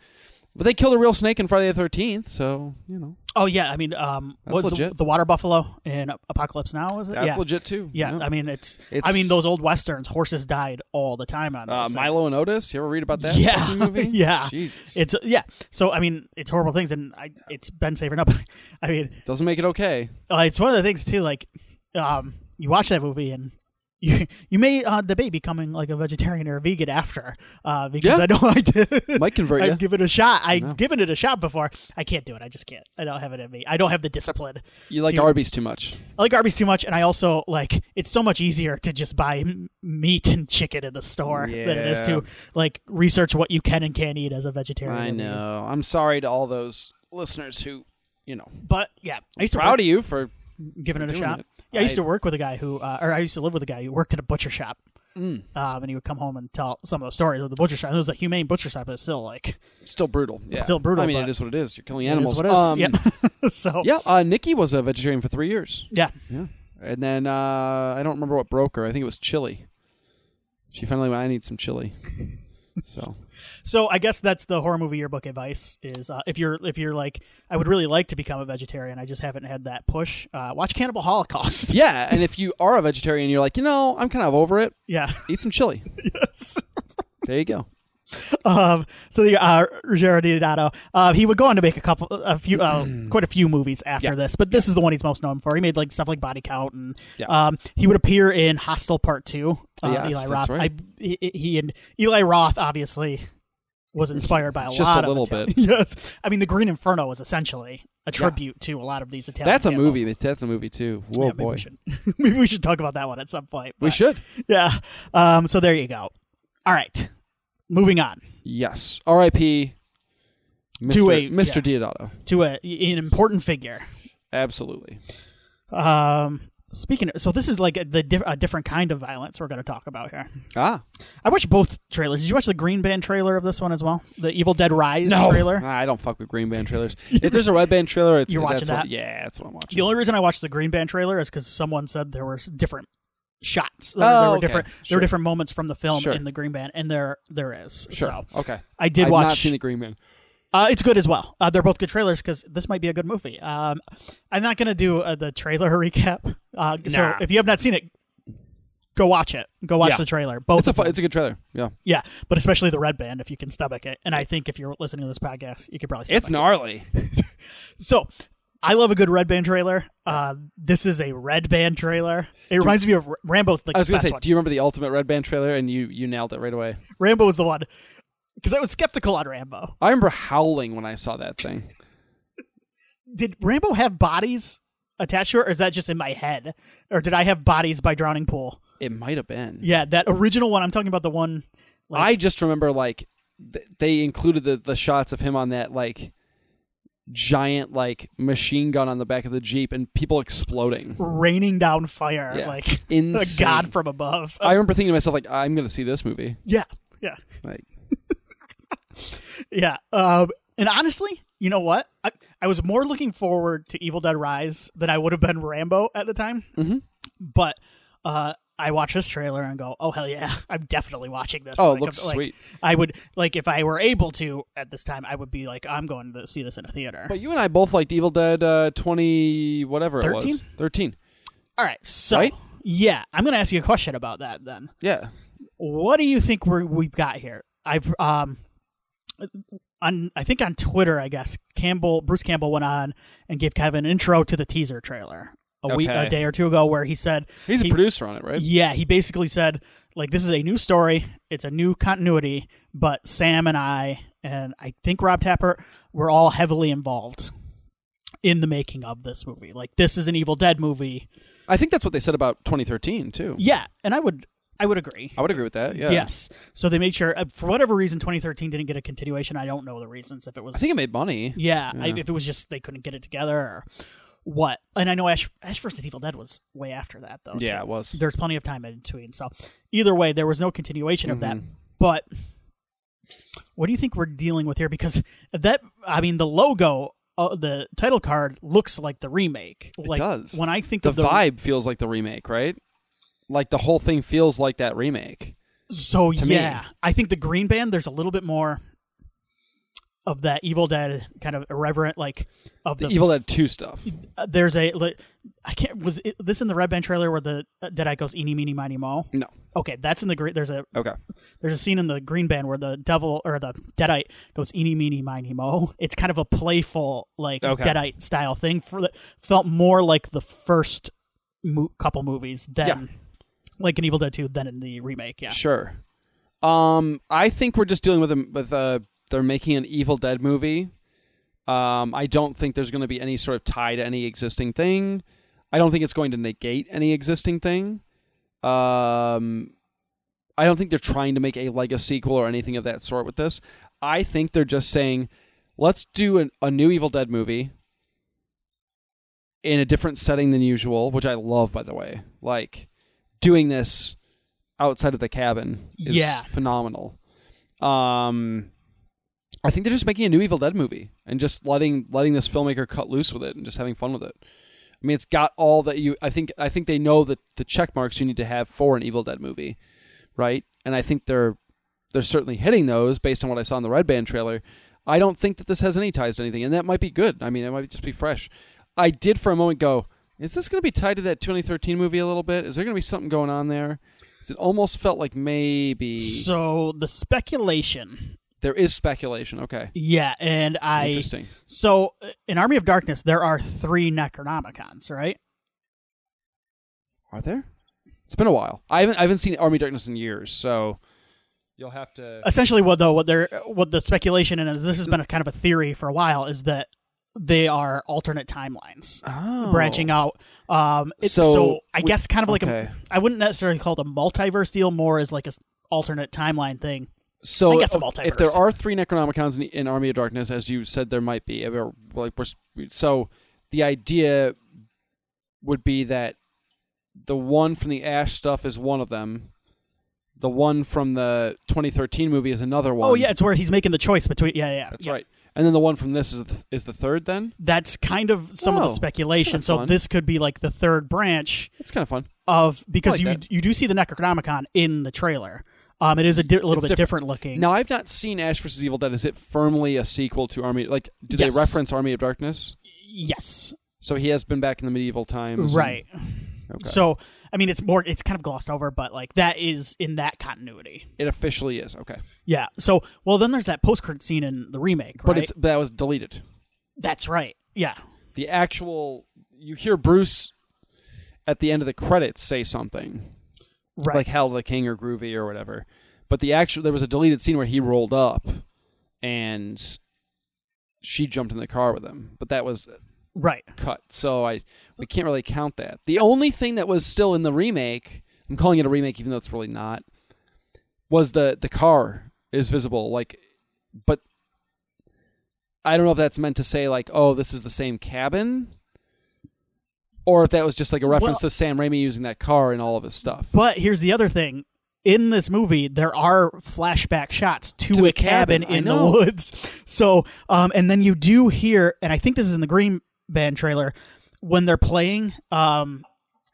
Speaker 2: But they killed a real snake in Friday the Thirteenth, so you know
Speaker 1: Oh yeah, I mean, um,
Speaker 2: That's
Speaker 1: what's the,
Speaker 2: legit.
Speaker 1: the water buffalo in Apocalypse Now? Is it?
Speaker 2: that's
Speaker 1: yeah.
Speaker 2: legit too.
Speaker 1: Yeah, I mean it's, I
Speaker 2: It's-
Speaker 1: mean those old westerns, horses died all the time on
Speaker 2: uh,
Speaker 1: those
Speaker 2: Milo and Otis. You ever read about that?
Speaker 1: Yeah.
Speaker 2: fucking movie?
Speaker 1: Yeah.
Speaker 2: Jesus,
Speaker 1: Things. It's uh, yeah. So I mean, it's horrible things, and I, it's been saving up. I mean,
Speaker 2: doesn't make it okay.
Speaker 1: uh, it's one of the things too. Like, um, you watch that movie and. You, you may uh, debate becoming like a vegetarian or a vegan after uh, because
Speaker 2: Yeah.
Speaker 1: I know I did.
Speaker 2: Might convert
Speaker 1: I've
Speaker 2: you.
Speaker 1: given it a shot. I've
Speaker 2: No.
Speaker 1: given it a shot before. I can't do it. I just can't. I don't have it in me. I don't have the discipline.
Speaker 2: You like
Speaker 1: to-
Speaker 2: Arby's too much.
Speaker 1: I like Arby's too much, and I also like it's so much easier to just buy m- meat and chicken in the store than it is
Speaker 2: Yeah.
Speaker 1: to like research what you can and can't eat as a vegetarian.
Speaker 2: I know. I'm sorry to all those listeners who you know
Speaker 1: but yeah, I used to
Speaker 2: proud
Speaker 1: work,
Speaker 2: of you for
Speaker 1: giving it a
Speaker 2: doing
Speaker 1: shot.
Speaker 2: it.
Speaker 1: Yeah, I used
Speaker 2: I-
Speaker 1: to work with a guy who, uh, or I used to live with a guy who worked at a butcher shop,
Speaker 2: mm,
Speaker 1: um, and he would come home and tell some of the stories of the butcher shop. It was a humane butcher shop, but it's still like
Speaker 2: still brutal. Yeah.
Speaker 1: still brutal,
Speaker 2: I mean,
Speaker 1: but-
Speaker 2: it is what it is. You're killing
Speaker 1: it is
Speaker 2: animals.
Speaker 1: what it is.
Speaker 2: Um,
Speaker 1: yeah, so
Speaker 2: yeah. Uh, Nikki was a vegetarian for three years.
Speaker 1: yeah,
Speaker 2: Yeah. And then uh, I don't remember what broke her. I think it was chili. She finally went, I need some chili. So
Speaker 1: So I guess that's the horror movie yearbook advice is uh, if you're if you're like I would really like to become a vegetarian I just haven't had that push. Uh, watch Cannibal Holocaust.
Speaker 2: yeah, and if you are a vegetarian, you're like, you know, I'm kind of over it.
Speaker 1: yeah.
Speaker 2: Eat some chili.
Speaker 1: yes.
Speaker 2: There you go.
Speaker 1: um, so the uh, Ruggero Deodato, uh, he would go on to make a couple, a few, uh, quite a few movies after
Speaker 2: Yeah.
Speaker 1: this, but this is the one he's most known for. He made like stuff like Body Count, and
Speaker 2: Yeah. Oh,
Speaker 1: um, he would appear in Hostel Part Two. Uh,
Speaker 2: Yes,
Speaker 1: Eli
Speaker 2: that's
Speaker 1: Roth,
Speaker 2: right.
Speaker 1: I, he, he and Eli Roth obviously was inspired by a
Speaker 2: Just a
Speaker 1: lot of
Speaker 2: little
Speaker 1: Ital-
Speaker 2: bit.
Speaker 1: yes, I mean the Green Inferno was essentially a tribute to a lot of these Italian.
Speaker 2: That's a
Speaker 1: family.
Speaker 2: movie. That- That's a movie too. Whoa,
Speaker 1: Yeah, maybe
Speaker 2: boy.
Speaker 1: we should maybe we should talk about that one at some point.
Speaker 2: We
Speaker 1: but-
Speaker 2: should.
Speaker 1: Yeah. Um. So there you go. All right. Moving on.
Speaker 2: Yes. R.I.P.
Speaker 1: To
Speaker 2: Mr.
Speaker 1: a-
Speaker 2: Mr. Diodato.
Speaker 1: to a, an important figure.
Speaker 2: Absolutely.
Speaker 1: Um, speaking, of, so this is like a, the diff, a different kind of violence we're going to talk about here.
Speaker 2: Ah.
Speaker 1: I watched both trailers. Did you watch the Green Band trailer of this one as well? The Evil Dead Rise trailer.
Speaker 2: Nah, I don't fuck with green band trailers. if there's a red band trailer, it's
Speaker 1: You're watching
Speaker 2: that's what-
Speaker 1: that?
Speaker 2: yeah, that's what I'm watching.
Speaker 1: The only reason I watched the Green Band trailer is because someone said there were s- different shots. There,
Speaker 2: Oh,
Speaker 1: there were
Speaker 2: okay.
Speaker 1: different. There
Speaker 2: Sure.
Speaker 1: were different moments from the film
Speaker 2: Sure.
Speaker 1: in the Green Band, and there there is.
Speaker 2: sure.
Speaker 1: So
Speaker 2: Okay.
Speaker 1: I did
Speaker 2: I've
Speaker 1: watch.
Speaker 2: not seen the green band.
Speaker 1: Uh, it's good as well. Uh, they're both good trailers because this might be a good movie. Um, I'm not gonna do uh, the trailer recap. Uh,
Speaker 2: Nah.
Speaker 1: So if you have not seen it, go watch it. Go watch
Speaker 2: Yeah.
Speaker 1: the trailer. Both.
Speaker 2: It's a
Speaker 1: of
Speaker 2: fu-
Speaker 1: them.
Speaker 2: it's a good trailer. Yeah.
Speaker 1: yeah, but especially the red band if you can stomach it. And I think if you're listening to this podcast, you could probably. Stomach
Speaker 2: It's gnarly.
Speaker 1: It. So. I love a good red band trailer. Uh, this is a red band trailer. It reminds me of R- Rambo's the
Speaker 2: I was gonna
Speaker 1: best
Speaker 2: say,
Speaker 1: one.
Speaker 2: do you remember the ultimate red band trailer? And you you nailed it right away.
Speaker 1: Rambo was the one because I was skeptical on Rambo.
Speaker 2: I remember howling when I saw that thing.
Speaker 1: did Rambo have bodies attached to her, or is that just in my head? Or did I have bodies by drowning pool?
Speaker 2: It might have been.
Speaker 1: Yeah, that original one. I'm talking about the one. Like,
Speaker 2: I just remember like th- they included the the shots of him on that like giant like machine gun on the back of the jeep and people exploding.
Speaker 1: raining down fire
Speaker 2: Yeah.
Speaker 1: like a
Speaker 2: Insane.
Speaker 1: god from above.
Speaker 2: I remember thinking to myself like I'm gonna see this movie.
Speaker 1: yeah, yeah,
Speaker 2: Like
Speaker 1: yeah. Um, and honestly, you know what? I, I was more looking forward to Evil Dead Rise than I would have been Rambo at the time.
Speaker 2: Mhm.
Speaker 1: But uh, I watch this trailer and go, "Oh hell yeah! I'm definitely watching this."
Speaker 2: oh,
Speaker 1: Like,
Speaker 2: it looks
Speaker 1: I'm- like,
Speaker 2: sweet.
Speaker 1: I would like if I were able to at this time, I would be like, I'm going to see this in a theater.
Speaker 2: But you and I both liked Evil Dead uh, 20 whatever it
Speaker 1: 13?
Speaker 2: was. 13.
Speaker 1: All right, so
Speaker 2: Right?
Speaker 1: yeah, I'm going to ask you a question about that. Then,
Speaker 2: Yeah.
Speaker 1: what do you think we're, we've got here? I've um, on I think on Twitter, I guess Campbell Bruce Campbell went on and gave kind of an intro to the teaser trailer a week a
Speaker 2: Okay.
Speaker 1: day or two ago, where he said,
Speaker 2: He's a
Speaker 1: He-
Speaker 2: producer on it, right?
Speaker 1: yeah, he basically said like this is a new story, it's a new continuity, but Sam and I and I think Rob Tapper were all heavily involved in the making of this movie. Like this is an Evil Dead movie.
Speaker 2: I think that's what they said about 2013 too.
Speaker 1: Yeah, and I would I would agree.
Speaker 2: I would agree with that. Yeah.
Speaker 1: Yes. So they made sure uh, for whatever reason 2013 didn't get a continuation. I don't know the reasons if it was
Speaker 2: I think it made money.
Speaker 1: Yeah, I,
Speaker 2: Yeah.
Speaker 1: if it was just they couldn't get it together or what. And I know Ash Ash versus Evil Dead was way after that though. too.
Speaker 2: Yeah, it was.
Speaker 1: there's plenty of time in between. So either way, there was no continuation of that.
Speaker 2: Mhm.
Speaker 1: But what do you think we're dealing with here? Because that, I mean, the logo, uh, the title card looks like the remake. It like,
Speaker 2: does.
Speaker 1: When I think
Speaker 2: the
Speaker 1: of the
Speaker 2: vibe feels like the remake, right? Like the whole thing feels like that remake.
Speaker 1: so
Speaker 2: to me.
Speaker 1: yeah, I think the Green Band. There's a little bit more of that Evil Dead kind of irreverent, like of
Speaker 2: The,
Speaker 1: the,
Speaker 2: Evil Dead 2 stuff.
Speaker 1: uh, there's a li- I can't was it, this in the Red Band trailer where the uh, Deadeye goes eeny meeny miny mo.
Speaker 2: No.
Speaker 1: Okay, that's in the green. There's a
Speaker 2: Okay.
Speaker 1: there's a scene in the Green Band where the devil or the Deadite goes eeny meeny miny mo. It's kind of a playful like
Speaker 2: Okay.
Speaker 1: Deadite style thing. For the, felt more like the first mo- couple movies than
Speaker 2: Yeah.
Speaker 1: like an Evil Dead Two than in the remake. Yeah,
Speaker 2: Sure. Um, I think we're just dealing with a, with uh they're making an Evil Dead movie. Um, I don't think there's going to be any sort of tie to any existing thing. I don't think it's going to negate any existing thing. Um, I don't think they're trying to make a Lego sequel or anything of that sort with this. I think they're just saying, let's do an, a new Evil Dead movie in a different setting than usual, which I love, by the way. Like doing this outside of the cabin is
Speaker 1: Yeah.
Speaker 2: phenomenal. Um, I think they're just making a new Evil Dead movie and just letting letting this filmmaker cut loose with it and just having fun with it. I mean, it's got all that you. I think. I think they know the the check marks you need to have for an Evil Dead movie, right? And I think they're they're certainly hitting those based on what I saw in the Red Band trailer. I don't think that this has any ties to anything, and that might be good. I mean, it might just be fresh. I did for a moment go, is this going to be tied to that 2013 movie a little bit? Is there going to be something going on there? So it almost felt like maybe
Speaker 1: So the speculation,
Speaker 2: there is speculation. Okay,
Speaker 1: yeah, and I
Speaker 2: interesting.
Speaker 1: so uh, in Army of Darkness there are three Necronomicons, right?
Speaker 2: Are there? It's been a while. I haven't I haven't seen Army Darkness in years, so you'll have to.
Speaker 1: Essentially, what though what they're what the speculation and this has been a kind of a theory for a while is that they are alternate timelines
Speaker 2: oh.
Speaker 1: branching out. Um, it- so,
Speaker 2: So
Speaker 1: I
Speaker 2: we-
Speaker 1: guess kind of like a
Speaker 2: okay.
Speaker 1: I wouldn't necessarily call it a multiverse deal, more as like a s- alternate timeline thing.
Speaker 2: So uh,
Speaker 1: I guess a
Speaker 2: if there
Speaker 1: multiverse.
Speaker 2: are three Necronomicons in, in Army of Darkness, as you said, there might be. or, Like we're, s- so, the idea would be that the one from the Ash stuff is one of them. The one from the 2013 movie is another one.
Speaker 1: Oh yeah, it's where he's making the choice between. Yeah, yeah,
Speaker 2: that's
Speaker 1: yeah.
Speaker 2: right. And then the one from this is the, is the third. Then
Speaker 1: That's kind of some of
Speaker 2: Whoa,
Speaker 1: the
Speaker 2: Oh, that's
Speaker 1: speculation.
Speaker 2: kinda
Speaker 1: so
Speaker 2: fun.
Speaker 1: this could be like the third branch
Speaker 2: it's kind of fun.
Speaker 1: of because
Speaker 2: like
Speaker 1: you
Speaker 2: that.
Speaker 1: you do see the Necronomicon in the trailer. Um, it is a di- little
Speaker 2: It's
Speaker 1: bit
Speaker 2: different.
Speaker 1: different, looking.
Speaker 2: Now I've not seen Ash vs Evil Dead. Is it firmly a sequel to Army? Like, do
Speaker 1: Yes.
Speaker 2: they reference Army of Darkness?
Speaker 1: Yes,
Speaker 2: So he has been back in the medieval times, and-
Speaker 1: right.
Speaker 2: Mm-hmm. okay.
Speaker 1: So I mean, it's more it's kind of glossed over, but like that is in that continuity.
Speaker 2: It officially is okay,
Speaker 1: Yeah. So well, then there's that post credit scene in the remake, right?
Speaker 2: but it's that was deleted.
Speaker 1: that's right. Yeah.
Speaker 2: the actual you hear Bruce at the end of the credits say something
Speaker 1: Right.
Speaker 2: like Hell to the King or Groovy or whatever. But the actual there was a deleted scene where he rolled up and she jumped in the car with him, but that was
Speaker 1: right.
Speaker 2: cut. So I we can't really count that. The only thing that was still in the remake, I'm calling it a remake even though it's really not, was the the car is visible like but I don't know if that's meant to say like oh this is the same cabin or if that was just like a reference
Speaker 1: Well-
Speaker 2: to Sam Raimi using that car and all of his stuff.
Speaker 1: But here's the other thing. In this movie, there are flashback shots to,
Speaker 2: To
Speaker 1: a
Speaker 2: the cabin,
Speaker 1: cabin,
Speaker 2: I
Speaker 1: in the
Speaker 2: know.
Speaker 1: woods. So, um, and then you do hear, and I think this is in the Green Band trailer, when they're playing. Um,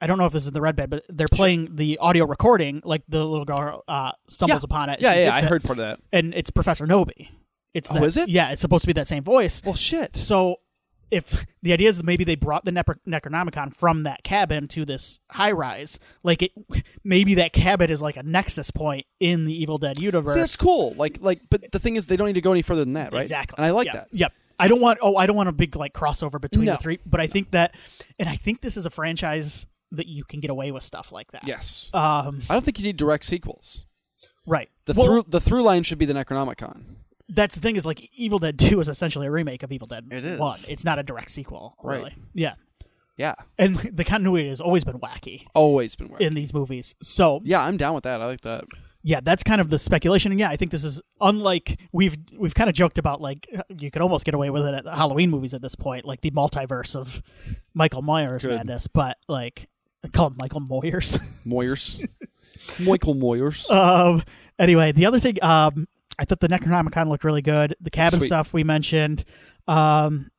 Speaker 1: I don't know if this is in the Red Band, but they're playing the audio recording. Like the little girl uh, stumbles upon it.
Speaker 2: Yeah,
Speaker 1: she
Speaker 2: yeah, I
Speaker 1: gets it,
Speaker 2: heard part of that.
Speaker 1: and it's Professor Nobi. It's
Speaker 2: Oh,
Speaker 1: that,
Speaker 2: is it?
Speaker 1: Yeah, it's supposed to be that same voice.
Speaker 2: Well, shit.
Speaker 1: So if the idea is that maybe they brought the Nep- Necronomicon from that cabin to this high rise, like it, maybe that cabin is like a nexus point in the Evil Dead universe.
Speaker 2: See, that's cool. Like, like, but the thing is, they don't need to go any further than that, right?
Speaker 1: Exactly.
Speaker 2: And I like
Speaker 1: Yep.
Speaker 2: that.
Speaker 1: Yep. I don't want. Oh, I don't want a big like crossover between
Speaker 2: No.
Speaker 1: the three. But I think that, and I think this is a franchise that you can get away with stuff like that.
Speaker 2: Yes.
Speaker 1: Um.
Speaker 2: I don't think you need direct sequels.
Speaker 1: Right.
Speaker 2: The
Speaker 1: Well,
Speaker 2: through the through line should be the Necronomicon.
Speaker 1: that's the thing is like Evil Dead Two is essentially a remake of Evil Dead
Speaker 2: It is.
Speaker 1: One. It's not a direct sequel.
Speaker 2: Right.
Speaker 1: Really. Yeah.
Speaker 2: Yeah,
Speaker 1: And the continuity has always been wacky
Speaker 2: always been weird.
Speaker 1: in these movies. So
Speaker 2: yeah, I'm down with that. I like that.
Speaker 1: yeah, that's kind of the speculation. And yeah, I think this is unlike we've we've kind of joked about like you could almost get away with it at the Halloween movies at this point, like the multiverse of Michael Myers
Speaker 2: Good.
Speaker 1: madness, but like I call him Michael Moyers.
Speaker 2: Moyers, Michael Moyers.
Speaker 1: um anyway, the other thing um I thought the Necronomicon looked really good. The cabin
Speaker 2: Sweet.
Speaker 1: stuff we mentioned. Um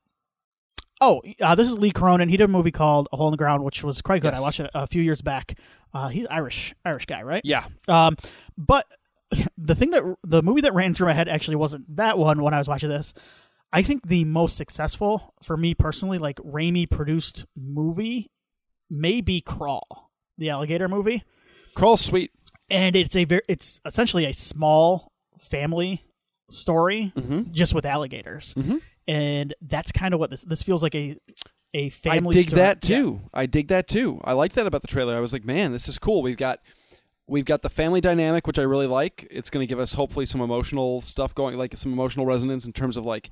Speaker 1: Oh, uh, this is Lee Cronin. He did a movie called A Hole in the Ground, which was quite good.
Speaker 2: Yes.
Speaker 1: I watched it a few years back. Uh, he's Irish, Irish guy, right?
Speaker 2: yeah,
Speaker 1: Um, but the thing that the movie that ran through my head actually wasn't that one when I was watching this. I think the most successful for me personally, like Raimi produced movie, may be Crawl, the alligator movie,
Speaker 2: Crawl sweet.
Speaker 1: and it's a very it's essentially a small family story
Speaker 2: Mm-hmm.
Speaker 1: just with alligators,
Speaker 2: Mhm.
Speaker 1: and that's kind of what this this feels like a a
Speaker 2: I
Speaker 1: family.
Speaker 2: dig
Speaker 1: story.
Speaker 2: that
Speaker 1: Yeah.
Speaker 2: too. I dig that too. I like that about the trailer. I was like, man, this is cool. We've got we've got the family dynamic, which I really like. It's going to give us hopefully some emotional stuff going, like some emotional resonance in terms of like,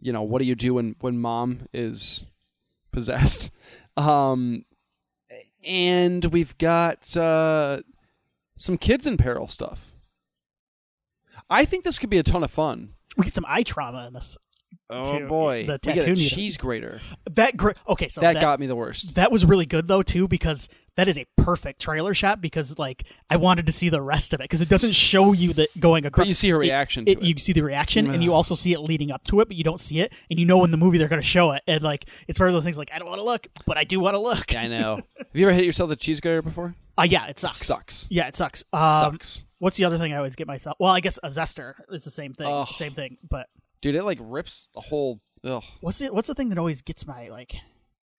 Speaker 2: you know, what do you do when when mom is possessed? Um, and we've got uh, some kids in peril stuff. I think this could be a ton of fun.
Speaker 1: We get some eye trauma in this.
Speaker 2: Oh
Speaker 1: Too.
Speaker 2: boy,
Speaker 1: The
Speaker 2: we get a
Speaker 1: tattoo needle.
Speaker 2: cheese grater.
Speaker 1: That gr- okay, so
Speaker 2: that,
Speaker 1: that
Speaker 2: got me the worst.
Speaker 1: That was really good though too because that is a perfect trailer shot because like I wanted to see the rest of it because it doesn't show you that going across.
Speaker 2: But you see her reaction
Speaker 1: It,
Speaker 2: to it.
Speaker 1: You see the reaction, and you also see it leading up to it, but you don't see it, and you know in the movie they're going to show it, and like it's one of those things like I don't want to look, but I do want to look.
Speaker 2: I know. Have you ever hit yourself with a cheese grater before?
Speaker 1: Uh, yeah, it sucks.
Speaker 2: Sucks.
Speaker 1: Yeah, it sucks. Um,
Speaker 2: Sucks.
Speaker 1: What's the other thing I always get myself? Well, I guess a zester. It's the same thing.
Speaker 2: Ugh.
Speaker 1: Same thing. But
Speaker 2: Dude, it like rips the whole. Ugh.
Speaker 1: what's it? What's the thing that always gets my like?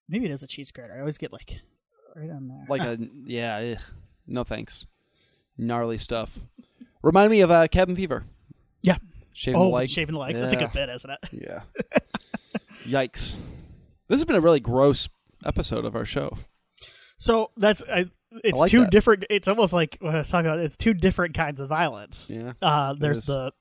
Speaker 1: Maybe it is a cheese grater. I always get like right on there.
Speaker 2: Like a. Yeah. Ugh. No thanks. Gnarly stuff. Remind me of uh, Cabin Fever.
Speaker 1: Yeah.
Speaker 2: Shaving the
Speaker 1: Oh,
Speaker 2: leg.
Speaker 1: shaving the legs. That's a
Speaker 2: Yeah.
Speaker 1: good bit, isn't it?
Speaker 2: Yeah. Yikes. This has been a really gross episode of our show.
Speaker 1: So that's I, it's
Speaker 2: like
Speaker 1: two
Speaker 2: that.
Speaker 1: different. It's almost like what I was talking about. It's two different kinds of violence.
Speaker 2: Yeah.
Speaker 1: Uh,
Speaker 2: is.
Speaker 1: there's the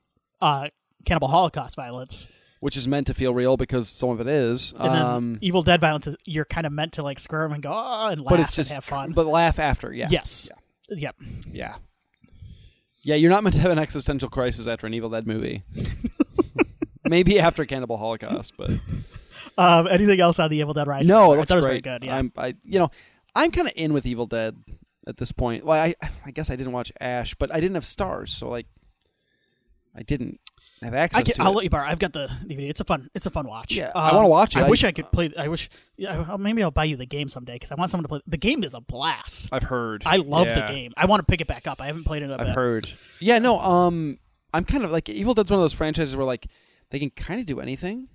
Speaker 1: uh, cannibal Holocaust violence,
Speaker 2: Which is meant to feel real because some of it is.
Speaker 1: and
Speaker 2: Um,
Speaker 1: then Evil Dead violence is you're kind of meant to like squirm and go oh, and laugh
Speaker 2: but it's just
Speaker 1: and have fun.
Speaker 2: But laugh after. Yeah.
Speaker 1: yes, yep.
Speaker 2: Yeah. Yeah, you're not meant to have an existential crisis after an Evil Dead movie. Maybe after Cannibal Holocaust, but
Speaker 1: Um, anything else on the Evil Dead Rise?
Speaker 2: no,
Speaker 1: I
Speaker 2: it looks
Speaker 1: thought it was
Speaker 2: great.
Speaker 1: very good. Yeah.
Speaker 2: I'm, I, you know, I'm kind of in with Evil Dead at this point. Well, I, I guess I didn't watch Ash, but I didn't have stars, so like, I didn't have access
Speaker 1: I can,
Speaker 2: to
Speaker 1: I'll
Speaker 2: it.
Speaker 1: let you borrow. I've got the DVD. It's a fun. It's a fun watch. Um,
Speaker 2: Yeah, I wanna watch it.
Speaker 1: I,
Speaker 2: I-
Speaker 1: wish I could play. I wish. Yeah, well, maybe I'll buy you the game someday because I want someone to play. The game is a blast.
Speaker 2: I've heard.
Speaker 1: I love
Speaker 2: Yeah.
Speaker 1: the game. I want to pick it back up. I haven't played it in a
Speaker 2: I've
Speaker 1: bit.
Speaker 2: heard. Yeah, no, um, I'm kind of like Evil Dead's one of those franchises where like they can kind of do anything.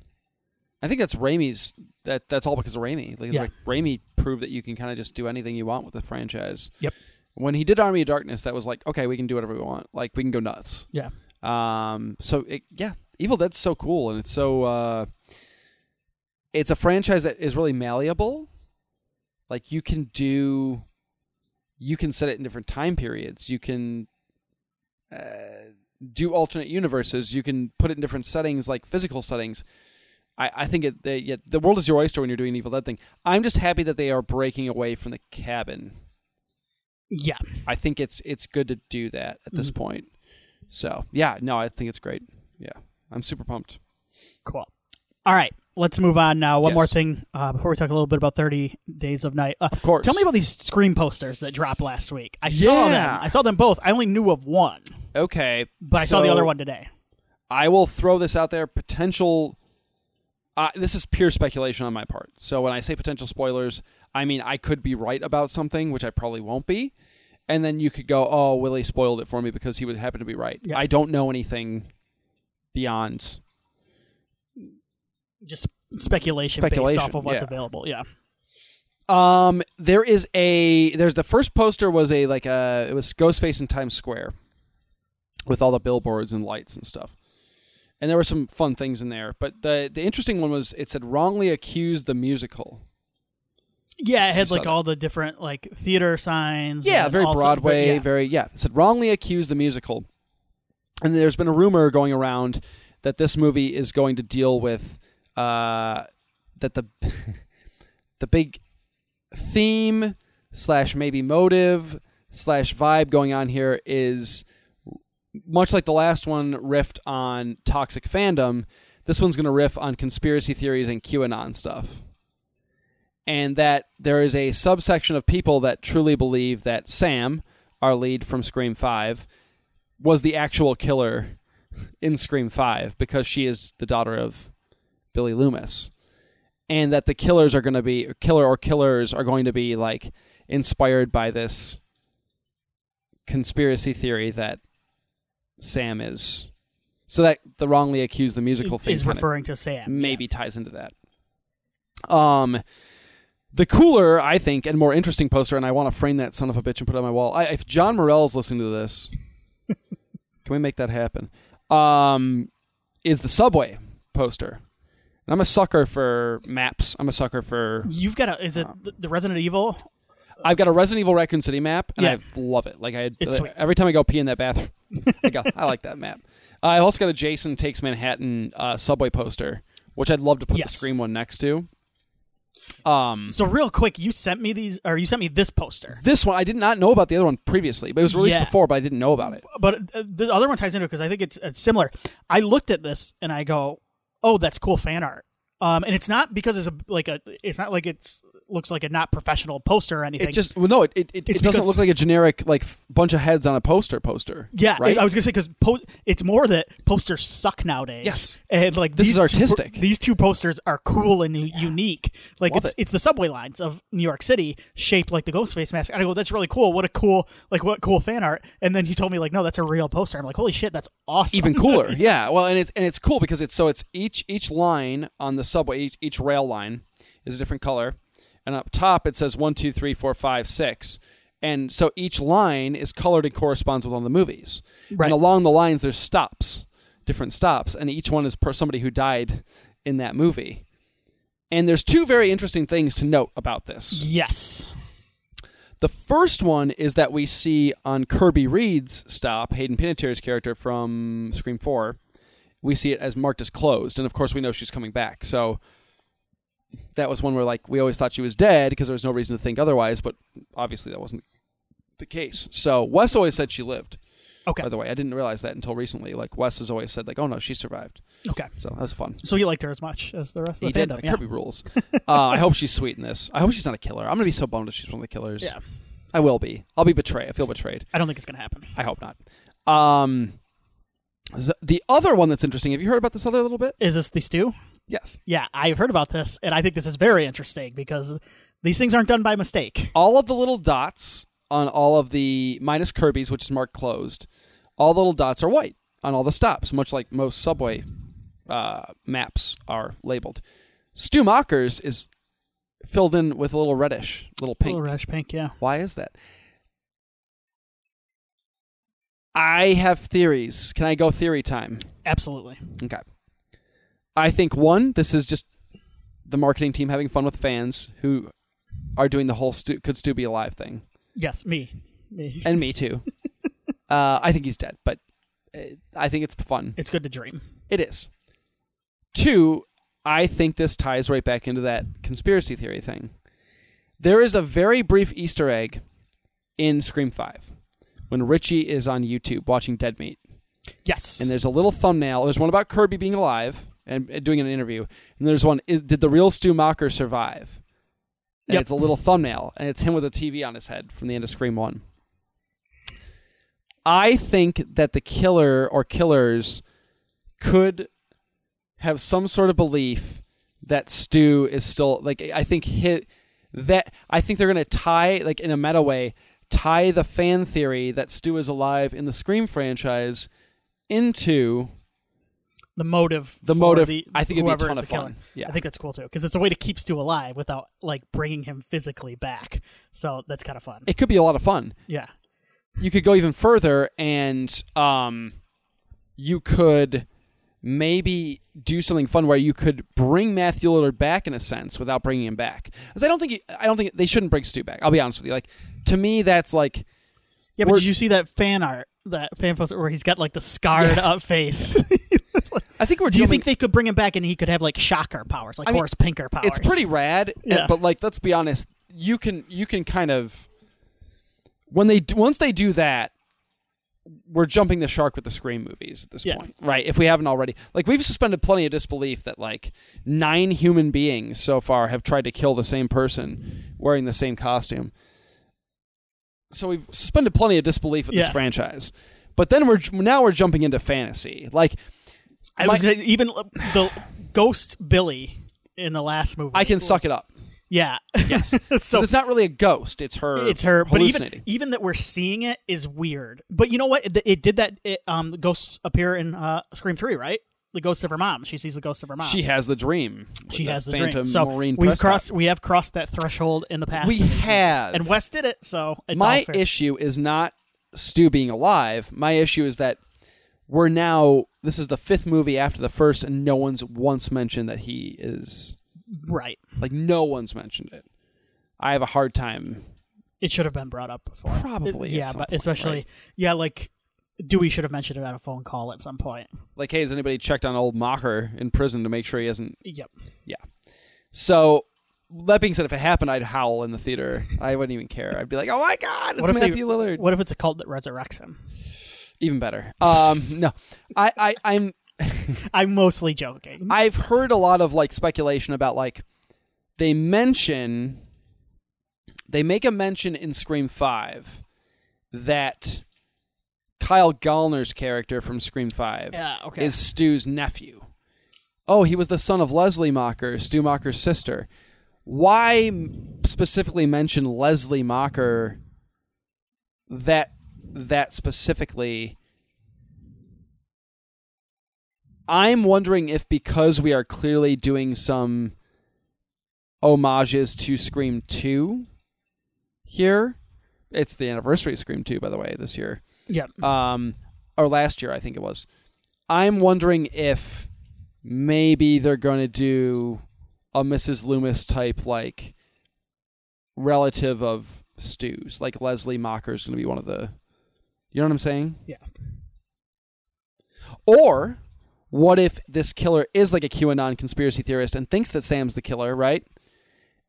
Speaker 2: I think that's Raimi's. That that's all because of Raimi. Like, it's
Speaker 1: Yeah.
Speaker 2: like Raimi proved that you can kind of just do anything you want with the franchise.
Speaker 1: Yep.
Speaker 2: When he did Army of Darkness, that was like, okay, we can do whatever we want. Like we can go nuts.
Speaker 1: Yeah.
Speaker 2: Um. So it, yeah, Evil Dead's so cool, and it's so. uh It's a franchise that is really malleable. Like you can do, you can set it in different time periods. You can uh, do alternate universes. You can put it in different settings, like physical settings. I, I think it, they, yeah, the world is your oyster when you're doing an Evil Dead thing. I'm just happy that they are breaking away from the cabin.
Speaker 1: Yeah.
Speaker 2: I think it's it's good to do that at this
Speaker 1: Mm-hmm.
Speaker 2: point. So yeah, no, I think it's great. Yeah, I'm super pumped.
Speaker 1: Cool. All right. Let's move on now. One more
Speaker 2: Yes.
Speaker 1: thing uh, before we talk a little bit about Thirty Days of Night. Uh,
Speaker 2: Of course.
Speaker 1: Tell me about these Scream posters that dropped last week. I saw
Speaker 2: Yeah.
Speaker 1: them. I saw them both. I only knew of one,
Speaker 2: Okay,
Speaker 1: but I saw the
Speaker 2: so
Speaker 1: other one today.
Speaker 2: I will throw this out there. Potential. Uh, this is pure speculation on my part. So when I say potential spoilers, I mean I could be right about something, which I probably won't be, and then you could go, "Oh, Willie spoiled it for me because he would happen to be right."
Speaker 1: Yeah.
Speaker 2: I don't know anything beyond
Speaker 1: Just speculation,
Speaker 2: Speculation,
Speaker 1: based off of what's
Speaker 2: yeah.
Speaker 1: available. Yeah.
Speaker 2: Um, there is a there's the first poster was a like a it was Ghostface in Times Square with all the billboards and lights and stuff. And there were some fun things in there, but the the interesting one was it said wrongly accused the musical.
Speaker 1: Yeah, it had
Speaker 2: saw
Speaker 1: like
Speaker 2: that.
Speaker 1: all the different like theater signs.
Speaker 2: Yeah,
Speaker 1: and
Speaker 2: very
Speaker 1: also-
Speaker 2: Broadway,
Speaker 1: yeah.
Speaker 2: very yeah. It said wrongly accused the musical. And there's been a rumor going around that this movie is going to deal with uh, that the the big theme slash maybe motive slash vibe going on here is much like the last one riffed on toxic fandom. This one's going to riff on conspiracy theories and QAnon stuff and that there is a subsection of people that truly believe that Sam, our lead from Scream 5, was the actual killer in Scream 5 because she is the daughter of Billy Loomis. And that the killers are going to be, killer or killers are going to be like inspired by this conspiracy theory that Sam is. So that the wrongly accused the musical thing
Speaker 1: is
Speaker 2: kinda-
Speaker 1: referring to Sam.
Speaker 2: maybe ties into that. Um, the cooler, I think, and more interesting poster, and I want to frame that son of a bitch and put it on my wall. I, if John Morell's listening to this, can we make that happen? Um, is the subway poster? And I'm a sucker for maps. I'm a sucker for.
Speaker 1: You've got a. Is
Speaker 2: Uh-huh.
Speaker 1: it the- the Resident Evil?
Speaker 2: I've got a Resident Evil Raccoon City map, and
Speaker 1: Yeah.
Speaker 2: I love it. Like I,
Speaker 1: It's sweet.
Speaker 2: every time I go pee in that bathroom, I go, I like that map. I've also got a Jason Takes Manhattan uh, subway poster, which I'd love to put
Speaker 1: Yes.
Speaker 2: the Scream one next to. Um,
Speaker 1: So real quick, you sent me these, or you sent me this poster.
Speaker 2: this one I did not know about the other one previously, but it was released
Speaker 1: Yeah.
Speaker 2: before, but I didn't know about it.
Speaker 1: but uh, the other one ties into it because I think it's, it's similar. I looked at this and I go, "Oh, that's cool fan art." Um, and it's not because it's a like a. It's not like it's looks like a not professional poster or anything.
Speaker 2: It just well, no, it it, it,
Speaker 1: It's
Speaker 2: it doesn't
Speaker 1: because-
Speaker 2: look like a generic like f- bunch of heads on a poster poster.
Speaker 1: yeah,
Speaker 2: right.
Speaker 1: I was gonna say because po- it's more that posters suck nowadays.
Speaker 2: Yes.
Speaker 1: and like
Speaker 2: This
Speaker 1: these
Speaker 2: is artistic.
Speaker 1: Two, these two posters are cool and u- unique. Like
Speaker 2: Love
Speaker 1: it's
Speaker 2: it.
Speaker 1: it's the subway lines of New York City shaped like the Ghostface mask. And I go, "That's really cool. What a cool like what cool fan art." And then you told me like, "No, that's a real poster." I'm like, "Holy shit, that's awesome!"
Speaker 2: even cooler. yeah. Well, and it's and it's cool because it's so it's each each line on the subway, each, each rail line is a different color, and up top it says one, two, three, four, five, six, and so each line is colored and corresponds with one of the movies.
Speaker 1: Right.
Speaker 2: And along the lines, there's stops, different stops, and each one is per somebody who died in that movie. And there's two very interesting things to note about this.
Speaker 1: Yes.
Speaker 2: The first one is that we see on Kirby Reed's stop, Hayden Panettiere's character from Scream 4, we see it as marked as closed. And of course, we know she's coming back. So that was one where, like, we always thought she was dead because there was no reason to think otherwise, but obviously that wasn't the case. So Wes always said she lived,
Speaker 1: Okay.
Speaker 2: by the way. I didn't realize that until recently. Like, Wes has always said, like, oh no, she survived.
Speaker 1: Okay.
Speaker 2: So that was fun.
Speaker 1: So he liked her as much as the rest of
Speaker 2: He
Speaker 1: the
Speaker 2: did.
Speaker 1: fandom.
Speaker 2: Kirby rules. uh, I hope she's sweet in this. I hope she's not a killer. I'm going to be so bummed if she's one of the killers.
Speaker 1: yeah. yeah.
Speaker 2: I will be. I'll be betrayed. I feel betrayed.
Speaker 1: I don't think it's gonna happen.
Speaker 2: I hope not. Um, th- the other one that's interesting. Have you heard about this other little bit?
Speaker 1: Is this the stew?
Speaker 2: Yes.
Speaker 1: Yeah, I've heard about this, and I think this is very interesting because these things aren't done by mistake.
Speaker 2: All of the little dots on all of the minus Kirby's, which is marked closed. All the little dots are white on all the stops, much like most subway uh, maps are labeled. Stu Mocker's is filled in with a little reddish, little pink.
Speaker 1: Little Rush Pink, yeah.
Speaker 2: Why is that? I have theories. Can I go theory time?
Speaker 1: Absolutely.
Speaker 2: Okay. I think one, this is just the marketing team having fun with fans who are doing the whole Stu- could Stu be alive thing,
Speaker 1: Yes, me. Me.
Speaker 2: and me too. uh, I think he's dead, but uh, I think it's fun.
Speaker 1: it's good to dream.
Speaker 2: It is. Two, I think this ties right back into that conspiracy theory thing. There is a very brief Easter egg in Scream Five when Richie is on YouTube watching Dead Meat.
Speaker 1: Yes.
Speaker 2: And there's a little thumbnail. There's one about Kirby being alive and and doing an interview. And there's one, is, did the real Stu Mocker survive? And
Speaker 1: Yep.
Speaker 2: it's a little thumbnail. And it's him with a TV on his head from the end of Scream 1. I think that the killer or killers could have some sort of belief that Stu is still like I think hit that I think they're gonna tie like in a meta way tie the fan theory that Stu is alive in the Scream franchise into
Speaker 1: the motive.
Speaker 2: the
Speaker 1: for
Speaker 2: motive.
Speaker 1: the-
Speaker 2: I think it'd be a
Speaker 1: whoever
Speaker 2: ton
Speaker 1: is
Speaker 2: of
Speaker 1: the killer.
Speaker 2: fun. Yeah,
Speaker 1: I think that's cool too because it's a way to keep Stu alive without like bringing him physically back. So that's kind of fun.
Speaker 2: it could be a lot of fun.
Speaker 1: Yeah.
Speaker 2: you could go even further and um you could maybe do something fun where you could bring Matthew Lillard back in a sense without bringing him back. Cuz I don't think you, I don't think they shouldn't bring Stu back. I'll be honest with you. Like to me that's like
Speaker 1: Yeah, but
Speaker 2: We're-
Speaker 1: did you see that fan art, that fan post where he's got like the scarred up face?
Speaker 2: I think we're
Speaker 1: Do you
Speaker 2: dealing-
Speaker 1: think they could bring him back and he could have like shocker powers, like
Speaker 2: mean,
Speaker 1: horse pinker powers?
Speaker 2: it's pretty rad,
Speaker 1: Yeah.
Speaker 2: and- but like let's be honest, you can you can kind of when they do, once they do that we're jumping the shark with the Scream movies at this
Speaker 1: Yeah.
Speaker 2: point, right? If we haven't already, like we've suspended plenty of disbelief that like nine human beings so far have tried to kill the same person wearing the same costume. So we've suspended plenty of disbelief with this
Speaker 1: Yeah.
Speaker 2: franchise, but then we're now we're jumping into fantasy. Like
Speaker 1: I was gonna, even the ghost Billy in the last movie.
Speaker 2: I can
Speaker 1: was-
Speaker 2: suck it up.
Speaker 1: Yeah. Yes. so
Speaker 2: 'Cause it's not really a ghost; it's her.
Speaker 1: it's her but
Speaker 2: hallucinating.
Speaker 1: even even that we're seeing it is weird but you know what it, it did that it, um the ghosts appear in uh scream 3 right the ghost of her mom she sees the ghost of her mom
Speaker 2: She has the dream.
Speaker 1: She
Speaker 2: That
Speaker 1: has the
Speaker 2: Phantom
Speaker 1: dream so
Speaker 2: Maureen
Speaker 1: we've
Speaker 2: Prescott.
Speaker 1: crossed we have crossed that threshold in the past
Speaker 2: We
Speaker 1: in these movies.
Speaker 2: have.
Speaker 1: and wes did it so it's all
Speaker 2: My
Speaker 1: fair.
Speaker 2: issue is not Stu being alive. My issue is that we're now. This is the fifth movie after the first, and no one's once mentioned that he is.
Speaker 1: right
Speaker 2: Like no one's mentioned it. I have a hard time.
Speaker 1: it should have been brought up before
Speaker 2: Probably at
Speaker 1: yeah
Speaker 2: some
Speaker 1: but
Speaker 2: point,
Speaker 1: especially
Speaker 2: right?
Speaker 1: yeah like dewey should have mentioned it on a phone call at some point
Speaker 2: Like, hey, has anybody checked on old Mocker in prison to make sure he isn't?
Speaker 1: yep
Speaker 2: So. That being said, if it happened, I'd howl in the theater. I wouldn't even care. I'd be like, "Oh my god, it's
Speaker 1: What if they-
Speaker 2: Matthew Lillard."
Speaker 1: what if it's a cult that resurrects him
Speaker 2: Even better. Um, no, I, I, I'm
Speaker 1: i'm mostly joking
Speaker 2: I've heard a lot of like speculation about like they mention they make a mention in Scream 5 that Kyle Gallner's character from Scream 5
Speaker 1: yeah okay
Speaker 2: is Stu's nephew. Oh, he was the son of Leslie Mocker, Stu Mocker's sister. Why m- specifically mention Leslie Mocker that that specifically? I'm wondering if because we are clearly doing some homages to Scream 2 here It's the anniversary of Scream 2, by the way, this year.
Speaker 1: Yep.
Speaker 2: Um, or last year, I think it was. I'm wondering if maybe they're going to do a Mrs. Loomis type, like, relative of Stu's. Like, Leslie Mocker is going to be one of the. You know what I'm saying?
Speaker 1: Yeah.
Speaker 2: Or what if this killer is like a QAnon conspiracy theorist and thinks that Sam's the killer, right?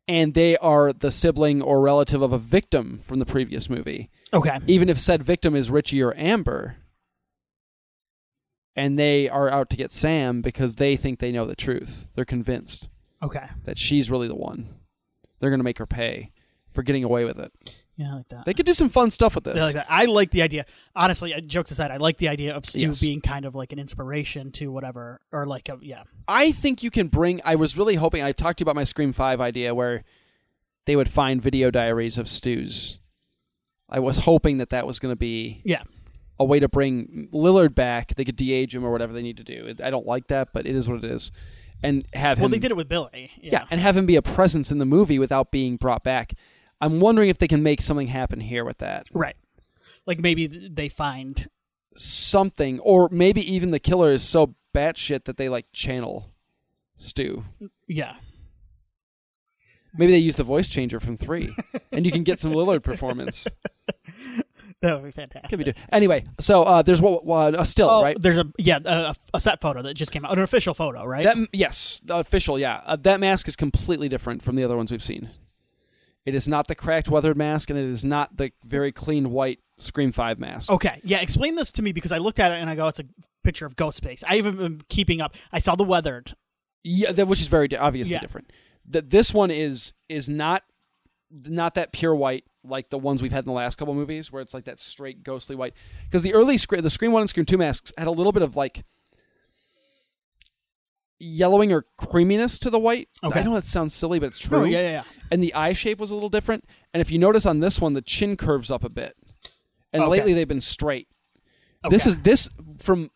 Speaker 2: And they are the sibling or relative of a victim from the previous movie.
Speaker 1: Okay.
Speaker 2: Even if said victim is Richie or Amber, and they are out to get Sam because they think they know the truth. They're convinced
Speaker 1: Okay.
Speaker 2: that she's really the one. They're going to make her pay for getting away with it.
Speaker 1: Yeah, I like that.
Speaker 2: They could do some fun stuff with
Speaker 1: I
Speaker 2: this.
Speaker 1: like that. I like the idea. Honestly, uh, jokes aside, I like the idea of Stu
Speaker 2: Yes.
Speaker 1: being kind of like an inspiration to whatever, or like a yeah.
Speaker 2: I think you can bring. I was really hoping. I talked to you about my Scream Five idea, where they would find video diaries of Stu's. I was hoping that that was going to be
Speaker 1: Yeah.
Speaker 2: a way to bring Lillard back. They could de-age him or whatever they need to do. It- I don't like that, but it is what it is. And have
Speaker 1: Well,
Speaker 2: him.
Speaker 1: they did it with Billy.
Speaker 2: yeah. and have him be a presence in the movie without being brought back. I'm wondering if they can make something happen here with that.
Speaker 1: Right. Like maybe th- they find.
Speaker 2: Something, or maybe even the killer is so batshit that they like channel Stu.
Speaker 1: Yeah.
Speaker 2: Maybe they use the voice changer from three, and you can get some Lillard performance.
Speaker 1: That would be fantastic.
Speaker 2: Could be do- Anyway, so uh, there's what, what a still
Speaker 1: Oh,
Speaker 2: right?
Speaker 1: there's a yeah a, a set photo that just came out, an official photo, right?
Speaker 2: That yes, the official. Yeah, uh, that mask is completely different from the other ones we've seen. It is not the cracked weathered mask, and it is not the very clean white Scream Five mask.
Speaker 1: okay, yeah. Explain this to me because I looked at it and I go, it's a picture of Ghost Space. I even been keeping up. I saw the weathered.
Speaker 2: Yeah, that, which is very di- obviously
Speaker 1: Yeah.
Speaker 2: different. Th this one is is not not that pure white like the ones we've had in the last couple movies, where it's like that straight ghostly white. Because the early screen, the Scream One and Scream Two masks had a little bit of like yellowing or creaminess to the white.
Speaker 1: Okay.
Speaker 2: I know that sounds silly, but it's true.
Speaker 1: Oh, yeah, yeah, yeah.
Speaker 2: And the eye shape was a little different. And if you notice on this one, the chin curves up a bit. And
Speaker 1: Okay.
Speaker 2: lately they've been straight. This
Speaker 1: Okay.
Speaker 2: is this from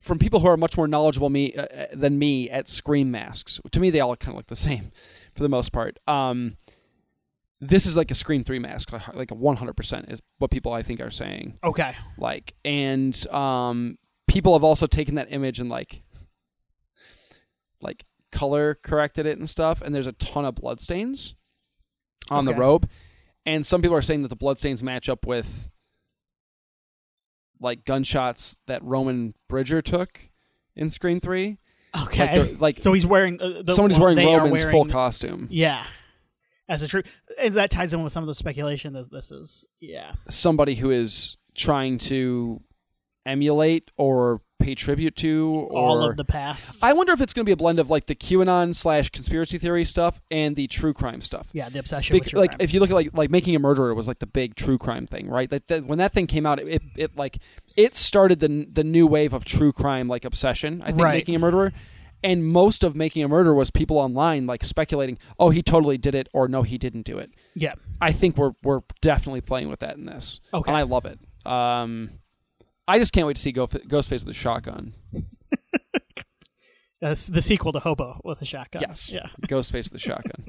Speaker 2: from people who are much more knowledgeable me uh, uh, than me at scream masks. To me, they all kind of look the same for the most part. Um, this is like a scream three mask, like like a one hundred percent is what people I think are saying.
Speaker 1: okay.
Speaker 2: Like, and um, people have also taken that image and like like color corrected it and stuff. And there's a ton of blood stains on the
Speaker 1: Okay.
Speaker 2: robe, and some people are saying that the blood stains match up with like gunshots that Roman Bridger took in Screen Three.
Speaker 1: Okay.
Speaker 2: they're- like-
Speaker 1: so he's wearing uh, the,
Speaker 2: Somebody's
Speaker 1: well,
Speaker 2: wearing
Speaker 1: they are
Speaker 2: Roman's full
Speaker 1: wearing-
Speaker 2: costume.
Speaker 1: Yeah. As a true, and that ties in with some of the speculation that this is, yeah,
Speaker 2: somebody who is trying to emulate or pay tribute to or
Speaker 1: all of the past.
Speaker 2: I wonder if it's going to be a blend of like the QAnon slash conspiracy theory stuff and the true crime stuff.
Speaker 1: yeah, the obsession.
Speaker 2: Big,
Speaker 1: with your
Speaker 2: like
Speaker 1: crime.
Speaker 2: if you look at like like making a murderer was like the big true crime thing, right? That, that when that thing came out, it, it, it like it started the the new wave of true crime like obsession. I think
Speaker 1: Right.
Speaker 2: making a murderer, and most of making a murderer was people online like speculating, oh he totally did it or no he didn't do it.
Speaker 1: yeah,
Speaker 2: I think we're we're definitely playing with that in this.
Speaker 1: Okay.
Speaker 2: And I love it. Um, I just can't wait to see Go- Ghostface with a shotgun.
Speaker 1: Uh, s- the sequel to Hobo with a shotgun.
Speaker 2: Yes.
Speaker 1: Yeah.
Speaker 2: Ghostface with a shotgun.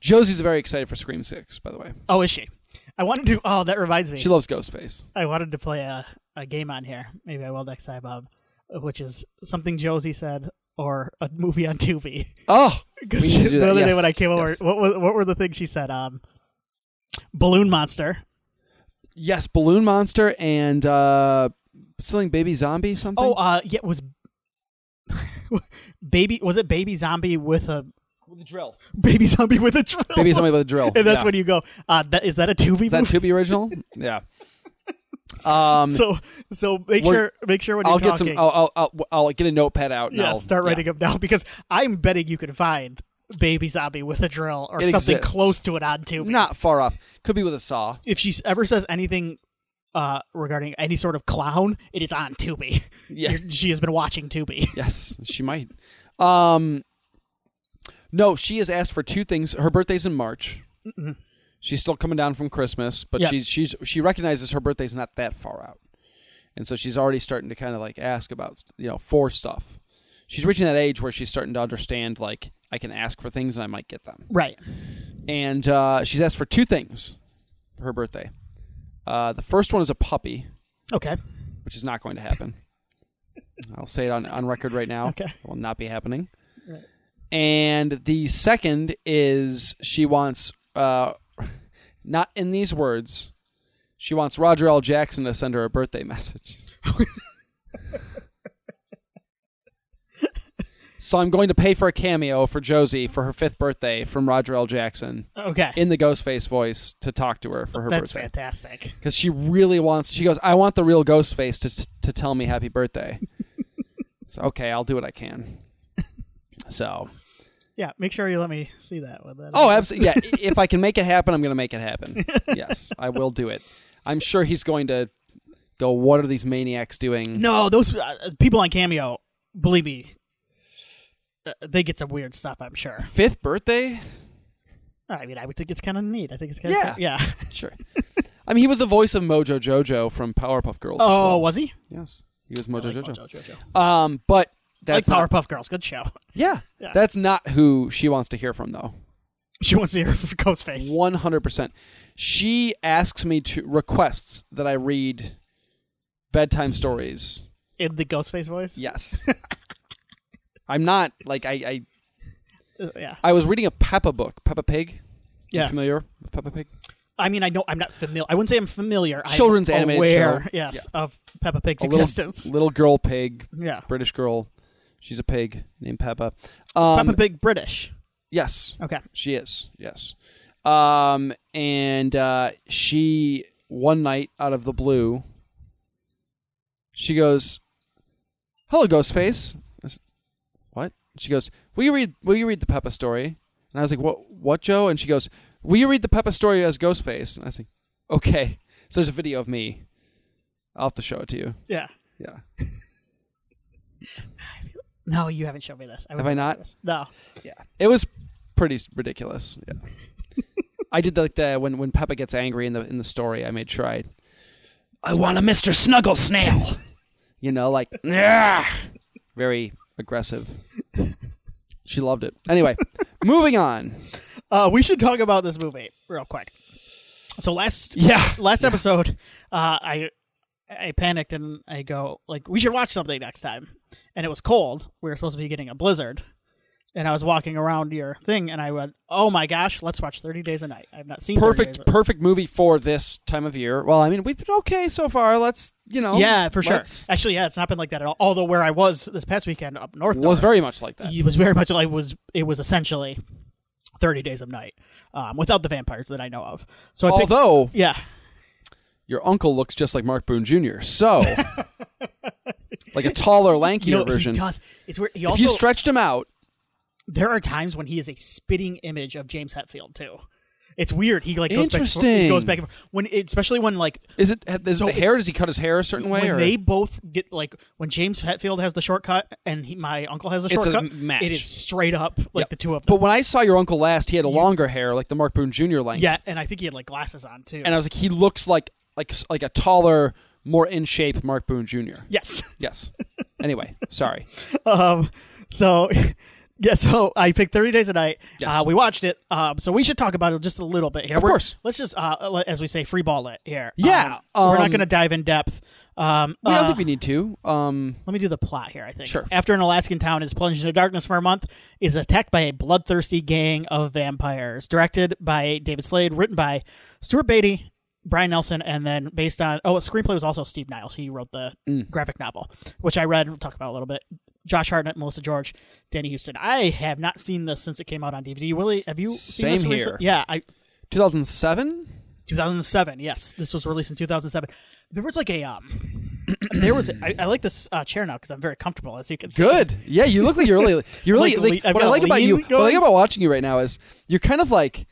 Speaker 2: Josie's very excited for Scream Six. By the way,
Speaker 1: Oh, is she? I wanted to. Oh, that reminds me.
Speaker 2: she loves Ghostface.
Speaker 1: I wanted to play a, a game on here. Maybe I will next time, Bob. Which is something Josie said or a movie on Tubi.
Speaker 2: Oh,
Speaker 1: Because
Speaker 2: We need to do
Speaker 1: the
Speaker 2: that.
Speaker 1: other day
Speaker 2: Yes.
Speaker 1: when I came over,
Speaker 2: Yes.
Speaker 1: what was, what were the things she said? Um, balloon monster.
Speaker 2: yes, Balloon Monster and uh, something Baby Zombie something.
Speaker 1: Oh, uh, yeah, it was baby. Was it baby zombie with a
Speaker 2: with a drill.
Speaker 1: baby zombie with a drill?
Speaker 2: Baby Zombie with a drill.
Speaker 1: and that's
Speaker 2: yeah.
Speaker 1: when you go. Uh, that, is that a Tubi
Speaker 2: is that
Speaker 1: movie?
Speaker 2: Tubi original? yeah. Um,
Speaker 1: so so make
Speaker 2: We're-
Speaker 1: sure make sure when
Speaker 2: I'll
Speaker 1: you're
Speaker 2: get some.
Speaker 1: talking,
Speaker 2: I'll, I'll, I'll I'll get a notepad out. and
Speaker 1: yeah,
Speaker 2: I'll-
Speaker 1: start writing them down because I'm betting you can find baby zombie with a drill or
Speaker 2: It
Speaker 1: something
Speaker 2: exists.
Speaker 1: close to it on Tubi.
Speaker 2: Not far off. Could be with a saw.
Speaker 1: if she s- ever says anything uh, regarding any sort of clown, it is on Tubi.
Speaker 2: Yeah.
Speaker 1: You're- she has been watching Tubi.
Speaker 2: Yes, she might. Um, no, she has asked for two things. Her birthday's in March. She's still coming down from Christmas, but
Speaker 1: Yeah.
Speaker 2: she's she's she recognizes her birthday's not that far out, and so she's already starting to kind of like ask about you know for stuff. She's reaching that age where she's starting to understand like I can ask for things and I might get them.
Speaker 1: right.
Speaker 2: And uh, she's asked for two things for her birthday: Uh, the first one is a puppy,
Speaker 1: Okay.
Speaker 2: which is not going to happen. I'll say it on, on record right now.
Speaker 1: Okay.
Speaker 2: It will not be happening. And the second is she wants, uh, not in these words, she wants Roger L. Jackson to send her a birthday message. so I'm going to pay for a cameo for Josie for her fifth birthday from Roger L. Jackson
Speaker 1: Okay.
Speaker 2: in the Ghostface voice to talk to her for her
Speaker 1: That's
Speaker 2: birthday
Speaker 1: fantastic.
Speaker 2: because she really wants. She goes, "I want the real Ghostface to to tell me happy birthday." so okay, I'll do what I can. So
Speaker 1: Yeah, make sure you let me see that one. That
Speaker 2: oh, absolutely. Yeah, i- if I can make it happen, I'm going to make it happen. Yes, I will do it. I'm sure he's going to go. What are these maniacs doing?
Speaker 1: no, those uh, people on Cameo, believe me, uh, they get some weird stuff. I'm sure.
Speaker 2: Fifth birthday?
Speaker 1: I mean, I would think it's kind of neat. I think it's kind of
Speaker 2: Yeah.
Speaker 1: yeah.
Speaker 2: Sure. I mean, he was the voice of Mojo Jojo from Powerpuff Girls. as
Speaker 1: Oh,
Speaker 2: well.
Speaker 1: was he?
Speaker 2: yes, he was Mojo
Speaker 1: Like
Speaker 2: Jojo.
Speaker 1: Mojo Jojo.
Speaker 2: Um, but
Speaker 1: Like
Speaker 2: that's not,
Speaker 1: Powerpuff Girls, good show.
Speaker 2: yeah,
Speaker 1: Yeah.
Speaker 2: that's not who she wants to hear from though.
Speaker 1: She wants to hear Ghostface.
Speaker 2: One hundred percent. She asks me to requests that I read bedtime stories.
Speaker 1: in the Ghostface voice?
Speaker 2: Yes. I'm not like I, I
Speaker 1: Uh, yeah.
Speaker 2: I was reading a Peppa book, Peppa Pig. You
Speaker 1: Yeah.
Speaker 2: familiar with Peppa Pig?
Speaker 1: I mean, I know I'm not familiar. I wouldn't say I'm familiar.
Speaker 2: Children's
Speaker 1: I'm
Speaker 2: animated
Speaker 1: aware,
Speaker 2: show.
Speaker 1: yes, of Peppa Pig's
Speaker 2: A little-
Speaker 1: existence.
Speaker 2: Little girl pig,
Speaker 1: yeah.
Speaker 2: British girl. She's a pig named Peppa. Um,
Speaker 1: Peppa Pig British.
Speaker 2: Yes.
Speaker 1: Okay.
Speaker 2: She is, yes. Um, and uh, she one night out of the blue, she goes, "Hello, Ghostface." I s- what? She goes, "Will you read? Will you read the Peppa story?" And I was like, "What? What, Joe?" And she goes, "Will you read the Peppa story as Ghostface?" And I was like, "Okay." So there's a video of me. I'll have to show it to you.
Speaker 1: Yeah.
Speaker 2: Yeah.
Speaker 1: No, you haven't shown me this. I
Speaker 2: Have I not?
Speaker 1: this. No.
Speaker 2: Yeah, it was pretty s- ridiculous. Yeah, I did the, like the when when Peppa gets angry in the in the story. I made sure I, I want a Mister Snuggle Snail. you know, like "Nyah!" very aggressive. She loved it. Anyway, moving on.
Speaker 1: Uh, we should talk about this movie real quick. So last
Speaker 2: Yeah,
Speaker 1: last episode, uh, I I panicked and I go like, we should watch something next time. And it was cold. We were supposed to be getting a blizzard, and I was walking around your thing, and I went, oh my gosh, let's watch Thirty Days a Night. I've not seen 30 Days
Speaker 2: perfect,
Speaker 1: a-
Speaker 2: perfect movie for this time of year. Well, I mean, we've been okay so far. Let's you know,
Speaker 1: yeah, for sure.
Speaker 2: let's-
Speaker 1: Actually, yeah, it's not been like that at all. Although where I was this past weekend up north,
Speaker 2: was very much like that.
Speaker 1: it was very much like was it was essentially Thirty Days of Night, um, without the vampires that I know of. So I picked,
Speaker 2: Although
Speaker 1: yeah,
Speaker 2: your uncle looks just like Mark Boone Jr. So, like a taller, lankier
Speaker 1: you know,
Speaker 2: version.
Speaker 1: he does. It's where he
Speaker 2: if
Speaker 1: also
Speaker 2: you stretched him out,
Speaker 1: there are times when he is a spitting image of James Hetfield too. It's weird. He like goes Back, and forth-
Speaker 2: Interesting.
Speaker 1: he goes back and forth. when especially when like
Speaker 2: is it is
Speaker 1: So
Speaker 2: the hair?
Speaker 1: it's-
Speaker 2: Does he cut his hair a certain way?
Speaker 1: when
Speaker 2: or
Speaker 1: they both get like when James Hetfield has the shortcut and he, my uncle has the
Speaker 2: It's a
Speaker 1: shortcut.
Speaker 2: match.
Speaker 1: It is straight up like the two of them.
Speaker 2: but when I saw your uncle last, he had a longer hair, like the Mark Boone Jr. length.
Speaker 1: yeah, and I think he had like glasses on too.
Speaker 2: and I was like, he looks like like like a taller, more in shape Mark Boone Jr.
Speaker 1: yes.
Speaker 2: Yes. anyway, sorry.
Speaker 1: um, so yeah, so I picked Thirty Days a Night.
Speaker 2: Yes.
Speaker 1: Uh, we watched it. Um, so we should talk about it just a little bit here.
Speaker 2: Of
Speaker 1: We're-
Speaker 2: course.
Speaker 1: Let's just, uh, let- as we say, free ball it here.
Speaker 2: Yeah,
Speaker 1: Um, we're
Speaker 2: um,
Speaker 1: not going to dive in depth. Um,
Speaker 2: We don't
Speaker 1: uh,
Speaker 2: think we need to. Um,
Speaker 1: let me do the plot here. I think.
Speaker 2: Sure.
Speaker 1: After an Alaskan town is plunged into darkness for a month, is attacked by a bloodthirsty gang of vampires. Directed by David Slade, written by Stuart Beatty, Brian Nelson, and then based on oh, screenplay was also Steve Niles. He wrote the
Speaker 2: Mm.
Speaker 1: graphic novel, which I read and we'll talk about a little bit. Josh Hartnett, Melissa George, Danny Houston. I have not seen this since it came out on DVD. Willie, have you? seen this
Speaker 2: Same
Speaker 1: recent-
Speaker 2: here.
Speaker 1: Yeah, I
Speaker 2: 2007.
Speaker 1: 2007. Yes, this was released in 2007. There was like a um, there was I, I like this uh, chair now because I'm very comfortable as you can see.
Speaker 2: Good. Yeah, you look like you're really you really
Speaker 1: Like,
Speaker 2: like,
Speaker 1: le- I've
Speaker 2: what I
Speaker 1: got
Speaker 2: like about
Speaker 1: lean
Speaker 2: you what I like
Speaker 1: going.
Speaker 2: about watching you right now is you're kind of like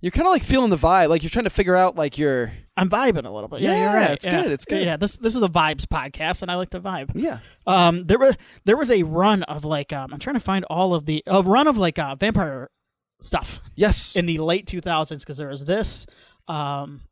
Speaker 2: you're kind of like feeling the vibe, like you're trying to figure out like your
Speaker 1: I'm vibing a little bit. Yeah,
Speaker 2: Yeah,
Speaker 1: you're right.
Speaker 2: it's
Speaker 1: Yeah.
Speaker 2: good, it's good.
Speaker 1: Yeah, this this is a vibes podcast, and I like to vibe.
Speaker 2: yeah.
Speaker 1: Um, there was there was a run of like um, I'm trying to find all of the a run of like uh, vampire stuff
Speaker 2: Yes.
Speaker 1: in the late 2000s because there was this. Um,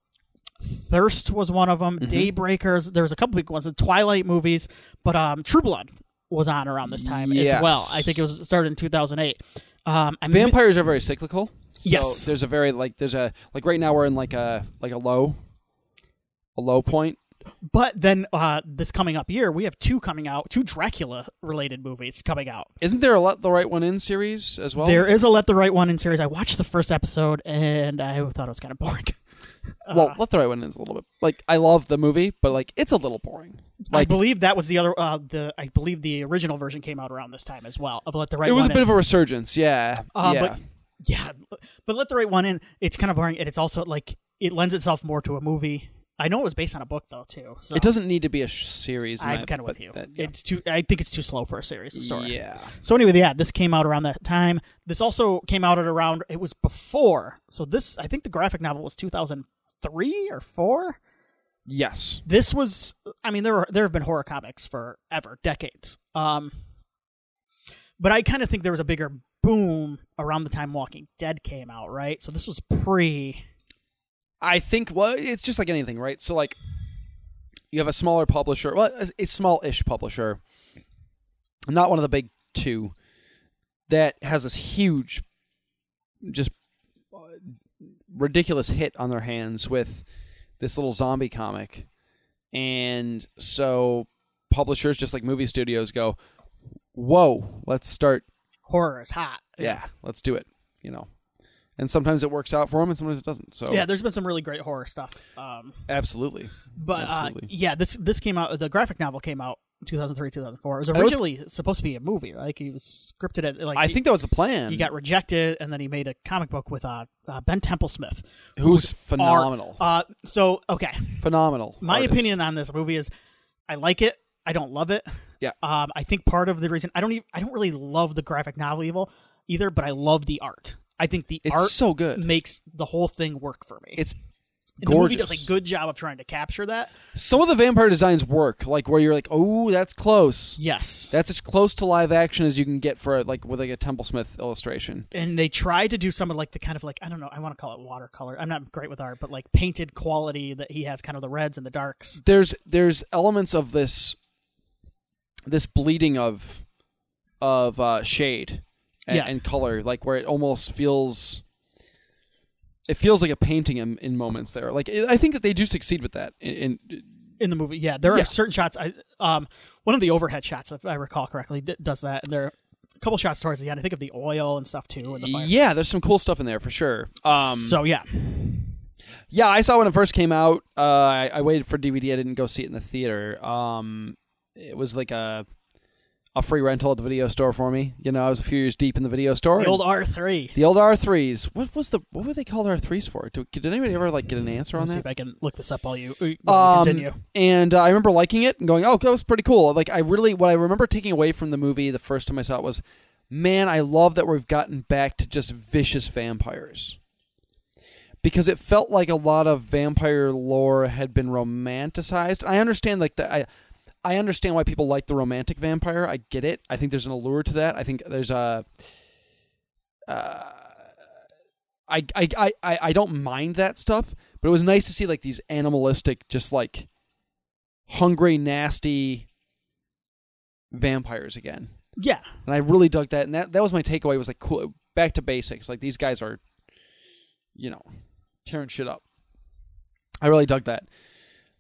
Speaker 1: Thirst was one of
Speaker 2: Mm-hmm.
Speaker 1: them. Daybreakers. There was a couple big ones. The Twilight movies, but um, True Blood was on around this time as
Speaker 2: Yes.
Speaker 1: well. I think it was it started in 2008. Um, I mean,
Speaker 2: Vampires are very cyclical. So
Speaker 1: Yes.
Speaker 2: There's a very like there's a like right now we're in like a like a low a low point.
Speaker 1: But then uh, this coming up year, we have two coming out, two Dracula related movies coming out.
Speaker 2: Isn't there a Let the Right One In series as well?
Speaker 1: there is a Let the Right One in series. I watched the first episode and I thought it was kind of boring. uh,
Speaker 2: well, Let the Right One In is a little bit like I love the movie, but like it's a little boring.
Speaker 1: I
Speaker 2: Like
Speaker 1: believe that was the other. Uh, the I believe the original version came out around this time as well. Of Let the Right
Speaker 2: it was
Speaker 1: One
Speaker 2: a bit
Speaker 1: In.
Speaker 2: of a resurgence. Yeah,
Speaker 1: Uh,
Speaker 2: yeah.
Speaker 1: But yeah, but Let the Right One In. It's kind of boring, and it's also like it lends itself more to a movie. I know it was based on a book though too. So
Speaker 2: it doesn't need to be a sh- series. in
Speaker 1: I'm
Speaker 2: my-
Speaker 1: kind of with
Speaker 2: but
Speaker 1: you.
Speaker 2: that- yeah.
Speaker 1: It's too. I think it's too slow for a series of story.
Speaker 2: Yeah.
Speaker 1: So anyway, yeah, this came out around that time. This also came out at around it was before. So this I think the graphic novel was 2003 or 4.
Speaker 2: Yes.
Speaker 1: This was I mean there were there have been horror comics forever, decades. Um but I kind of think there was a bigger boom around the time Walking Dead came out, right? So this was pre
Speaker 2: I think well, it's just like anything, right? So like, you have a smaller publisher, well, a, a small-ish publisher, not one of the big two, that has this huge, just uh, ridiculous hit on their hands with this little zombie comic, and so publishers, just like movie studios, go, "Whoa, let's start
Speaker 1: horror is hot.
Speaker 2: yeah, let's do it. You know, and sometimes it works out for them, and sometimes it doesn't. So
Speaker 1: Yeah, there's been some really great horror stuff. Um
Speaker 2: absolutely.
Speaker 1: But uh,
Speaker 2: Absolutely.
Speaker 1: yeah, this this came out. The graphic novel came out in 2003, 2004. It was
Speaker 2: was-
Speaker 1: originally supposed to be a movie. Like he was scripted at like
Speaker 2: I think that was the plan.
Speaker 1: he got rejected, and then he made a comic book with uh, uh Ben Temple Smith.
Speaker 2: who's phenomenal,
Speaker 1: Uh, so okay,
Speaker 2: phenomenal.
Speaker 1: my
Speaker 2: artist.
Speaker 1: opinion on this movie is, I like it. I don't love it.
Speaker 2: Yeah.
Speaker 1: Um, I think part of the reason I don't even I don't really love the graphic novel evil either, but I love the art. I think the
Speaker 2: it's
Speaker 1: art
Speaker 2: so good.
Speaker 1: makes the whole thing work for me.
Speaker 2: It's
Speaker 1: And the movie does
Speaker 2: gorgeous.
Speaker 1: a good job of trying to capture that.
Speaker 2: Some of the vampire designs work, like where you're like, oh, that's close.
Speaker 1: Yes.
Speaker 2: That's as close to live action as you can get for a, like with like a Temple Smith illustration.
Speaker 1: and they tried to do some of like the kind of like I don't know I want to call it watercolor. I'm not great with art, but like painted quality that he has, kind of the reds and the darks.
Speaker 2: There's there's elements of this this bleeding of of uh, shade and,
Speaker 1: Yeah.
Speaker 2: and color, like where it almost feels it feels like a painting in, in moments there. Like I think that they do succeed with that. In, in
Speaker 1: in the movie. Yeah, there are
Speaker 2: Yeah.
Speaker 1: certain shots. I um one of the overhead shots, if I recall correctly, d- does that. And there are a couple shots towards the end. I think of the oil and stuff too, and the fire.
Speaker 2: yeah, there's some cool stuff in there for sure. Um,
Speaker 1: so yeah,
Speaker 2: Yeah, I saw when it first came out. Uh, I, I waited for DVD. I didn't go see it in the theater. Um, it was like a a free rental at the video store for me. You know, I was a few years deep in the video store.
Speaker 1: the
Speaker 2: and
Speaker 1: old R three.
Speaker 2: the old R3s. What was the what were they called R3s for? Did, did anybody ever like get an answer on
Speaker 1: Let's see
Speaker 2: that?
Speaker 1: if I can look this up while you, uh, while you continue.
Speaker 2: Um, and uh, I remember liking it and going, "Oh, that was pretty cool." Like I really, what I remember taking away from the movie the first time I saw it was, "Man, I love that we've gotten back to just vicious vampires," because it felt like a lot of vampire lore had been romanticized. I understand, like the I. I understand why people like the romantic vampire. I get it. I think there's an allure to that. I think there's a. Uh, I, I, I, I I don't mind that stuff, but it was nice to see like these animalistic, just like hungry, nasty vampires again.
Speaker 1: Yeah,
Speaker 2: And I really dug that. And that, that was my takeaway was like, cool, back to basics. Like these guys are, you know, tearing shit up. I really dug that.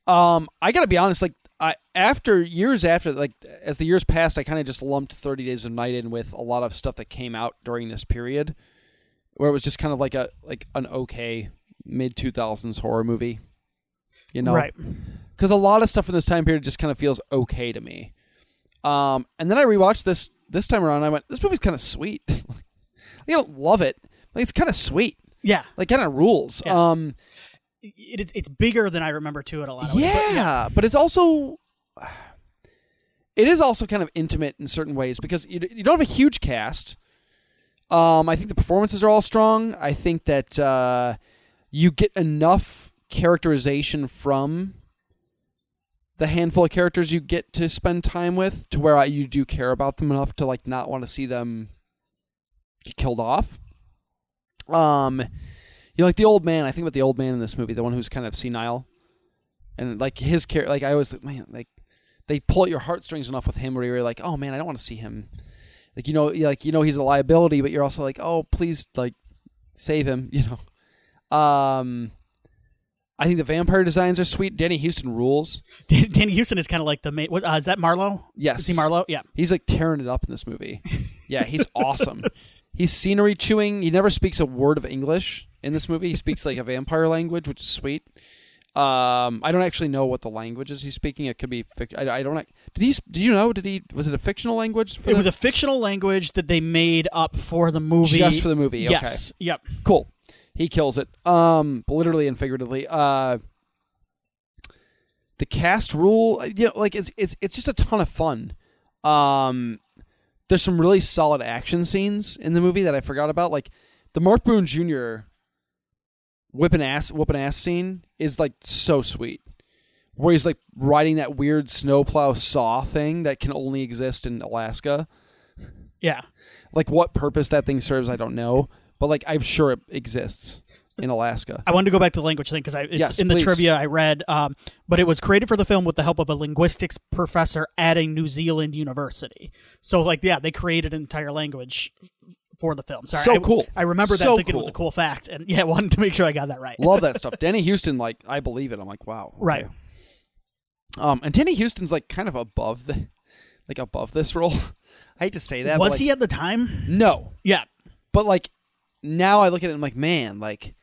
Speaker 2: Um, I gotta be honest, like I, after years after, like as the years passed, I kind of just lumped 30 Days of Night in with a lot of stuff that came out during this period where it was just kind of like a, like an okay mid 2000s horror movie, you know?
Speaker 1: right.
Speaker 2: because a lot of stuff in this time period just kind of feels okay to me. Um, and then I rewatched this this time around. And I went, this movie's kind of sweet. like, I don't love it. Like it's kind of sweet.
Speaker 1: Yeah,
Speaker 2: Like kind of rules.
Speaker 1: Yeah.
Speaker 2: Um,
Speaker 1: it, it's- it's bigger than I remember too. In a lot of ways.
Speaker 2: yeah,
Speaker 1: But,
Speaker 2: but it's also it is also kind of intimate in certain ways because you, you don't have a huge cast. Um, I think the performances are all strong. I think that uh, you get enough characterization from the handful of characters you get to spend time with to where I, you do care about them enough to like not want to see them get killed off. Um, you know, like the old man. I think about the old man in this movie, the one who's kind of senile and like his care like i always man like they pull at your heartstrings enough with him where you're like oh man i don't want to see him like you know like you know he's a liability but you're also like oh please like save him you know um I think the vampire designs are sweet. Danny Houston rules.
Speaker 1: Danny Houston is kind of like the main. What, uh, is that Marlowe?
Speaker 2: Yes.
Speaker 1: Is he Marlowe? Yeah.
Speaker 2: He's like tearing it up in this movie. Yeah, he's awesome. He's scenery chewing. He never speaks a word of English in this movie. He speaks like a vampire language, which is sweet. Um, I don't actually know what the language is he's speaking. It could be. Fic- I, I don't. ac- Did he? Did you know? Did he? Was it a fictional language? For
Speaker 1: It was
Speaker 2: the-
Speaker 1: a fictional language that they made up for the movie.
Speaker 2: Just for the movie, okay.
Speaker 1: Yes. Yep.
Speaker 2: cool. He kills it. Um, literally and figuratively. Uh, the cast rule, you know, like it's it's it's just a ton of fun. Um, there's some really solid action scenes in the movie that I forgot about. Like the Mark Boone Jr. whipping ass whooping ass scene is like so sweet. Where he's like riding that weird snowplow saw thing that can only exist in Alaska
Speaker 1: Yeah.
Speaker 2: like what purpose that thing serves i don't know but like i'm sure it exists in alaska
Speaker 1: I wanted to go back to the language thing because it's
Speaker 2: Yes,
Speaker 1: in the
Speaker 2: please.
Speaker 1: trivia I read, um, but it was created for the film with the help of a linguistics professor at a New Zealand university. So, like, yeah, they created an entire language for the film. Sorry,
Speaker 2: So
Speaker 1: I,
Speaker 2: cool.
Speaker 1: I remember that
Speaker 2: So
Speaker 1: thinking it was
Speaker 2: cool.
Speaker 1: a cool fact, and yeah, I wanted to make sure I got that right.
Speaker 2: love that stuff danny houston like i believe it i'm like wow okay.
Speaker 1: Right.
Speaker 2: um and danny houston's like kind of above the like above this role i hate to say that
Speaker 1: was
Speaker 2: but, like, Mm-hmm.
Speaker 1: he at the time?
Speaker 2: no
Speaker 1: Yeah,
Speaker 2: but like now i look at it and i'm like man like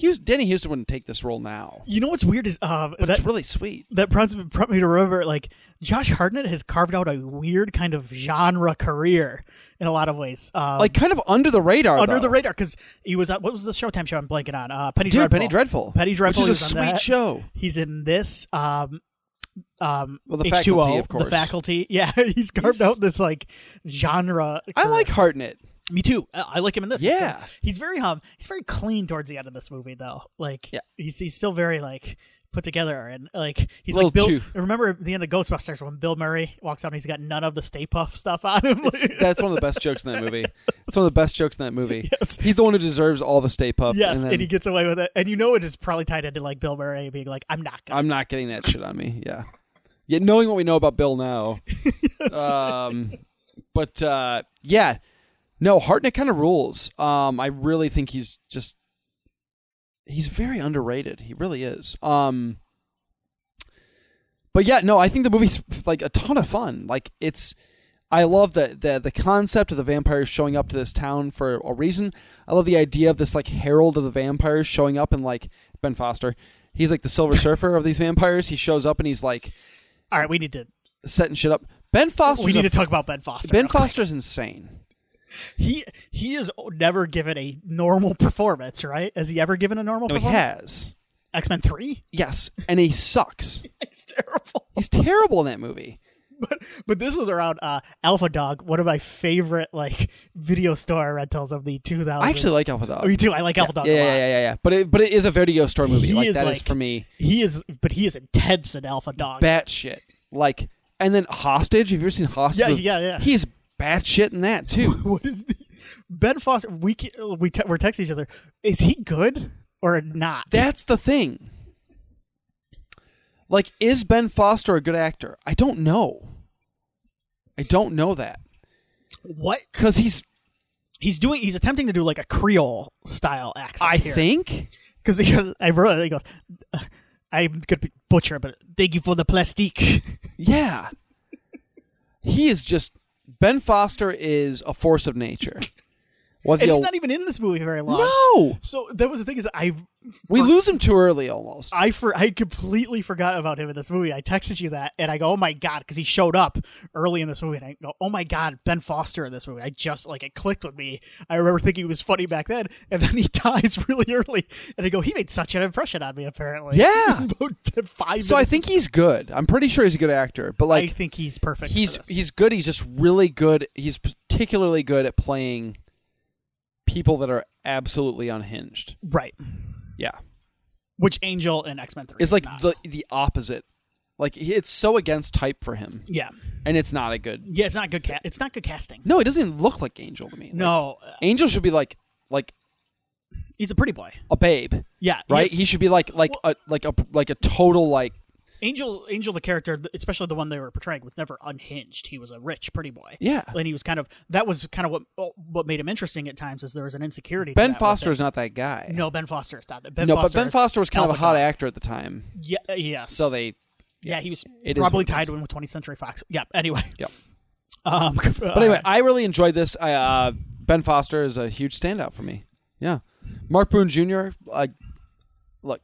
Speaker 2: Hous danny houston wouldn't take this role now
Speaker 1: you know what's weird is uh,
Speaker 2: but
Speaker 1: that
Speaker 2: it's really sweet
Speaker 1: that prompts, prompt me to remember like Josh Hartnett has carved out a weird kind of genre career in a lot of ways. Um,
Speaker 2: like kind of under the radar
Speaker 1: under
Speaker 2: though.
Speaker 1: the radar because he was at, what was the Showtime show I'm blanking on? Uh, Penny
Speaker 2: dude
Speaker 1: Dreadful.
Speaker 2: penny dreadful
Speaker 1: Penny Dreadful
Speaker 2: which is a
Speaker 1: he was on
Speaker 2: sweet
Speaker 1: that.
Speaker 2: show
Speaker 1: He's in this. Um, um,
Speaker 2: Well, the
Speaker 1: H2O,
Speaker 2: faculty, of
Speaker 1: The
Speaker 2: course.
Speaker 1: faculty. Yeah, he's carved
Speaker 2: He's-
Speaker 1: out this like genre.
Speaker 2: i
Speaker 1: for-
Speaker 2: like hartnett
Speaker 1: Me too. I, I like him in this.
Speaker 2: Yeah.
Speaker 1: He's- he's very um, he's very clean towards the end of this movie though. Like,
Speaker 2: Yeah.
Speaker 1: he's he's still very like put together and like he's
Speaker 2: Little
Speaker 1: like Bill.
Speaker 2: too-
Speaker 1: Remember at the end of Ghostbusters when Bill Murray walks out and he's got none of the Stay Puff stuff on him.
Speaker 2: It's- that's one of the best jokes in that movie. It's one of the best jokes in that movie.
Speaker 1: Yes.
Speaker 2: He's the one who deserves all the Stay Puft.
Speaker 1: Yes,
Speaker 2: and
Speaker 1: and,
Speaker 2: then,
Speaker 1: he gets away with it, and you know it is probably tied into like Bill Murray being like, "I'm not gonna."
Speaker 2: I'm not getting that shit on me. Yeah. Yet knowing what we know about Bill now. Um, but uh, yeah, no, Hartnett kind of rules. Um, I really think he's just he's very underrated. He really is. Um, but yeah, no, I think the movie's like a ton of fun. Like it's, I love the the the concept of the vampires showing up to this town for a reason. I love the idea of this like herald of the vampires showing up and like Ben Foster. He's like the Silver Surfer of these vampires. He shows up and he's like Uh,
Speaker 1: All right, we need to
Speaker 2: setting shit up. Ben Foster.
Speaker 1: we need to talk about Ben Foster.
Speaker 2: Ben
Speaker 1: real quick.
Speaker 2: Foster's insane.
Speaker 1: He he has never given a normal performance, right? Has he ever given a normal
Speaker 2: No, he
Speaker 1: performance?
Speaker 2: has.
Speaker 1: X Men Three.
Speaker 2: Yes, and he sucks.
Speaker 1: It's terrible.
Speaker 2: He's terrible in that movie.
Speaker 1: But this was around uh, Alpha Dog, one of my favorite like video store rentals of the 2000s.
Speaker 2: I actually like Alpha Dog.
Speaker 1: oh, you do. I like Alpha Dog
Speaker 2: yeah,
Speaker 1: a lot.
Speaker 2: yeah, yeah, yeah, yeah. But it, but it is a video store movie.
Speaker 1: He
Speaker 2: like that
Speaker 1: is
Speaker 2: is
Speaker 1: like-
Speaker 2: for me
Speaker 1: He is, but he is intense in Alpha Dog.
Speaker 2: batshit. Like, and then Hostage. Have you ever seen Hostage?
Speaker 1: Yeah, yeah, yeah.
Speaker 2: He's batshit in that too.
Speaker 1: what is the, Ben Foster? We ca- we te- we're texting each other. Is he good or not?
Speaker 2: That's the thing. Like, is Ben Foster a good actor? I don't know. I don't know that
Speaker 1: what
Speaker 2: because he's.
Speaker 1: he's doing? He's attempting to do like a Creole style accent.
Speaker 2: I
Speaker 1: here.
Speaker 2: think
Speaker 1: because I wrote it. He goes, "Uh, "I'm gonna be butcher, but thank you for the plastique."
Speaker 2: Yeah. he is just Ben Foster is a force of nature. What
Speaker 1: And
Speaker 2: the
Speaker 1: he's not even in this movie very long.
Speaker 2: No.
Speaker 1: So that was the thing is I
Speaker 2: We lose him too early almost.
Speaker 1: I for I completely forgot about him in this movie. I texted you that, and I go, "Oh my god," because he showed up early in this movie, and I go, "Oh my god, Ben Foster in this movie." I just like it clicked with me. I remember thinking he was funny back then, and then he dies really early, and I go, "He made such an impression on me." Apparently,
Speaker 2: Yeah.
Speaker 1: About five.
Speaker 2: so I
Speaker 1: minutes-
Speaker 2: think he's good. I'm pretty sure he's a good actor, but
Speaker 1: I
Speaker 2: like
Speaker 1: think he's perfect. for
Speaker 2: he's
Speaker 1: this.
Speaker 2: he's good. He's just really good. He's particularly good at playing people that are absolutely unhinged.
Speaker 1: right.
Speaker 2: Yeah.
Speaker 1: Which Angel and X Men Three?
Speaker 2: It's like
Speaker 1: not.
Speaker 2: the the opposite. Like he- it's so against type for him
Speaker 1: yeah,
Speaker 2: and it's not a good.
Speaker 1: yeah. It's not good. Ca- it's not good casting.
Speaker 2: No, he doesn't even look like Angel to me. Like,
Speaker 1: No, uh,
Speaker 2: Angel should be like like
Speaker 1: he's a pretty boy.
Speaker 2: a babe.
Speaker 1: Yeah,
Speaker 2: right?
Speaker 1: He
Speaker 2: He should be like like a like a like a total like
Speaker 1: Angel, Angel, the character, especially the one they were portraying, was never unhinged. He was a rich pretty boy.
Speaker 2: Yeah.
Speaker 1: and he was kind of that was kind of what what made him interesting at times is there was an insecurity. to that
Speaker 2: Ben
Speaker 1: with
Speaker 2: Foster
Speaker 1: it.
Speaker 2: is not that guy.
Speaker 1: no Ben Foster is not that. Ben
Speaker 2: no,
Speaker 1: Foster
Speaker 2: but Ben
Speaker 1: is
Speaker 2: Foster was kind of a
Speaker 1: alpha
Speaker 2: hot
Speaker 1: dog.
Speaker 2: actor at the time,
Speaker 1: Yeah, uh, yes.
Speaker 2: so they.
Speaker 1: yeah, he was
Speaker 2: It is
Speaker 1: probably
Speaker 2: what it
Speaker 1: tied
Speaker 2: is.
Speaker 1: in with 20th Century Fox. Yeah. Anyway.
Speaker 2: Yep.
Speaker 1: Um,
Speaker 2: But anyway, I really enjoyed this. I, uh, ben Foster is a huge standout for me. Yeah, Mark Boone Jr. Like, look,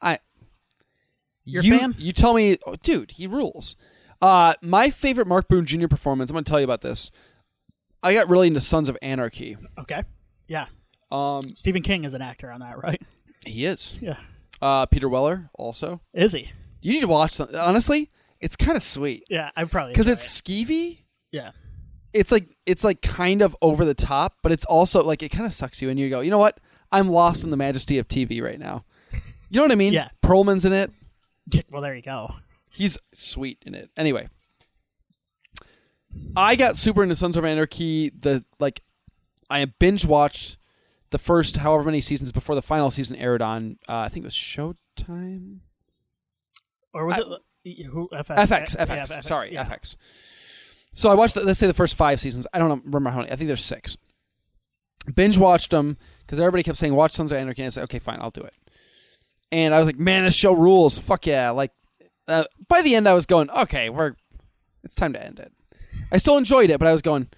Speaker 2: I.
Speaker 1: You're a
Speaker 2: you,
Speaker 1: fan?
Speaker 2: You tell me, oh, dude, he rules. Uh, my favorite Mark Boone Jr. performance. I'm going to tell you about this. I got really into Sons of Anarchy.
Speaker 1: uh, okay. Yeah.
Speaker 2: Um,
Speaker 1: Stephen King is an actor on that, right?
Speaker 2: he is.
Speaker 1: Yeah.
Speaker 2: Uh, Peter Weller also.
Speaker 1: Is he?
Speaker 2: You need to watch. Some, honestly, it's kind of sweet
Speaker 1: Yeah, I probably
Speaker 2: because
Speaker 1: enjoy
Speaker 2: it's skeevy.
Speaker 1: it. yeah.
Speaker 2: it's like it's like kind of over the top, but it's also like it kind of sucks you in. You go, you know what? I'm lost in the majesty of TV right now. You know what I mean?
Speaker 1: Yeah.
Speaker 2: Perlman's in it.
Speaker 1: Yeah, Well, there you go.
Speaker 2: He's sweet in it. Anyway, I got super into Sons of Anarchy. The like, I binge watched the first however many seasons before the final season aired on. Uh, I think it was Showtime.
Speaker 1: Or was it uh, who FX?
Speaker 2: FX,
Speaker 1: Yeah,
Speaker 2: FX, sorry,
Speaker 1: yeah.
Speaker 2: FX. So I watched, the, let's say, the first five seasons. I don't remember how many. I think there's six. Binge watched them because everybody kept saying, "Watch Sons of Anarchy." And I said, "Okay, fine, I'll do it." And I was like, "Man, this show rules! Fuck yeah!" Like, uh, by the end, I was going, "Okay, we're, it's time to end it." I still enjoyed it, but I was going,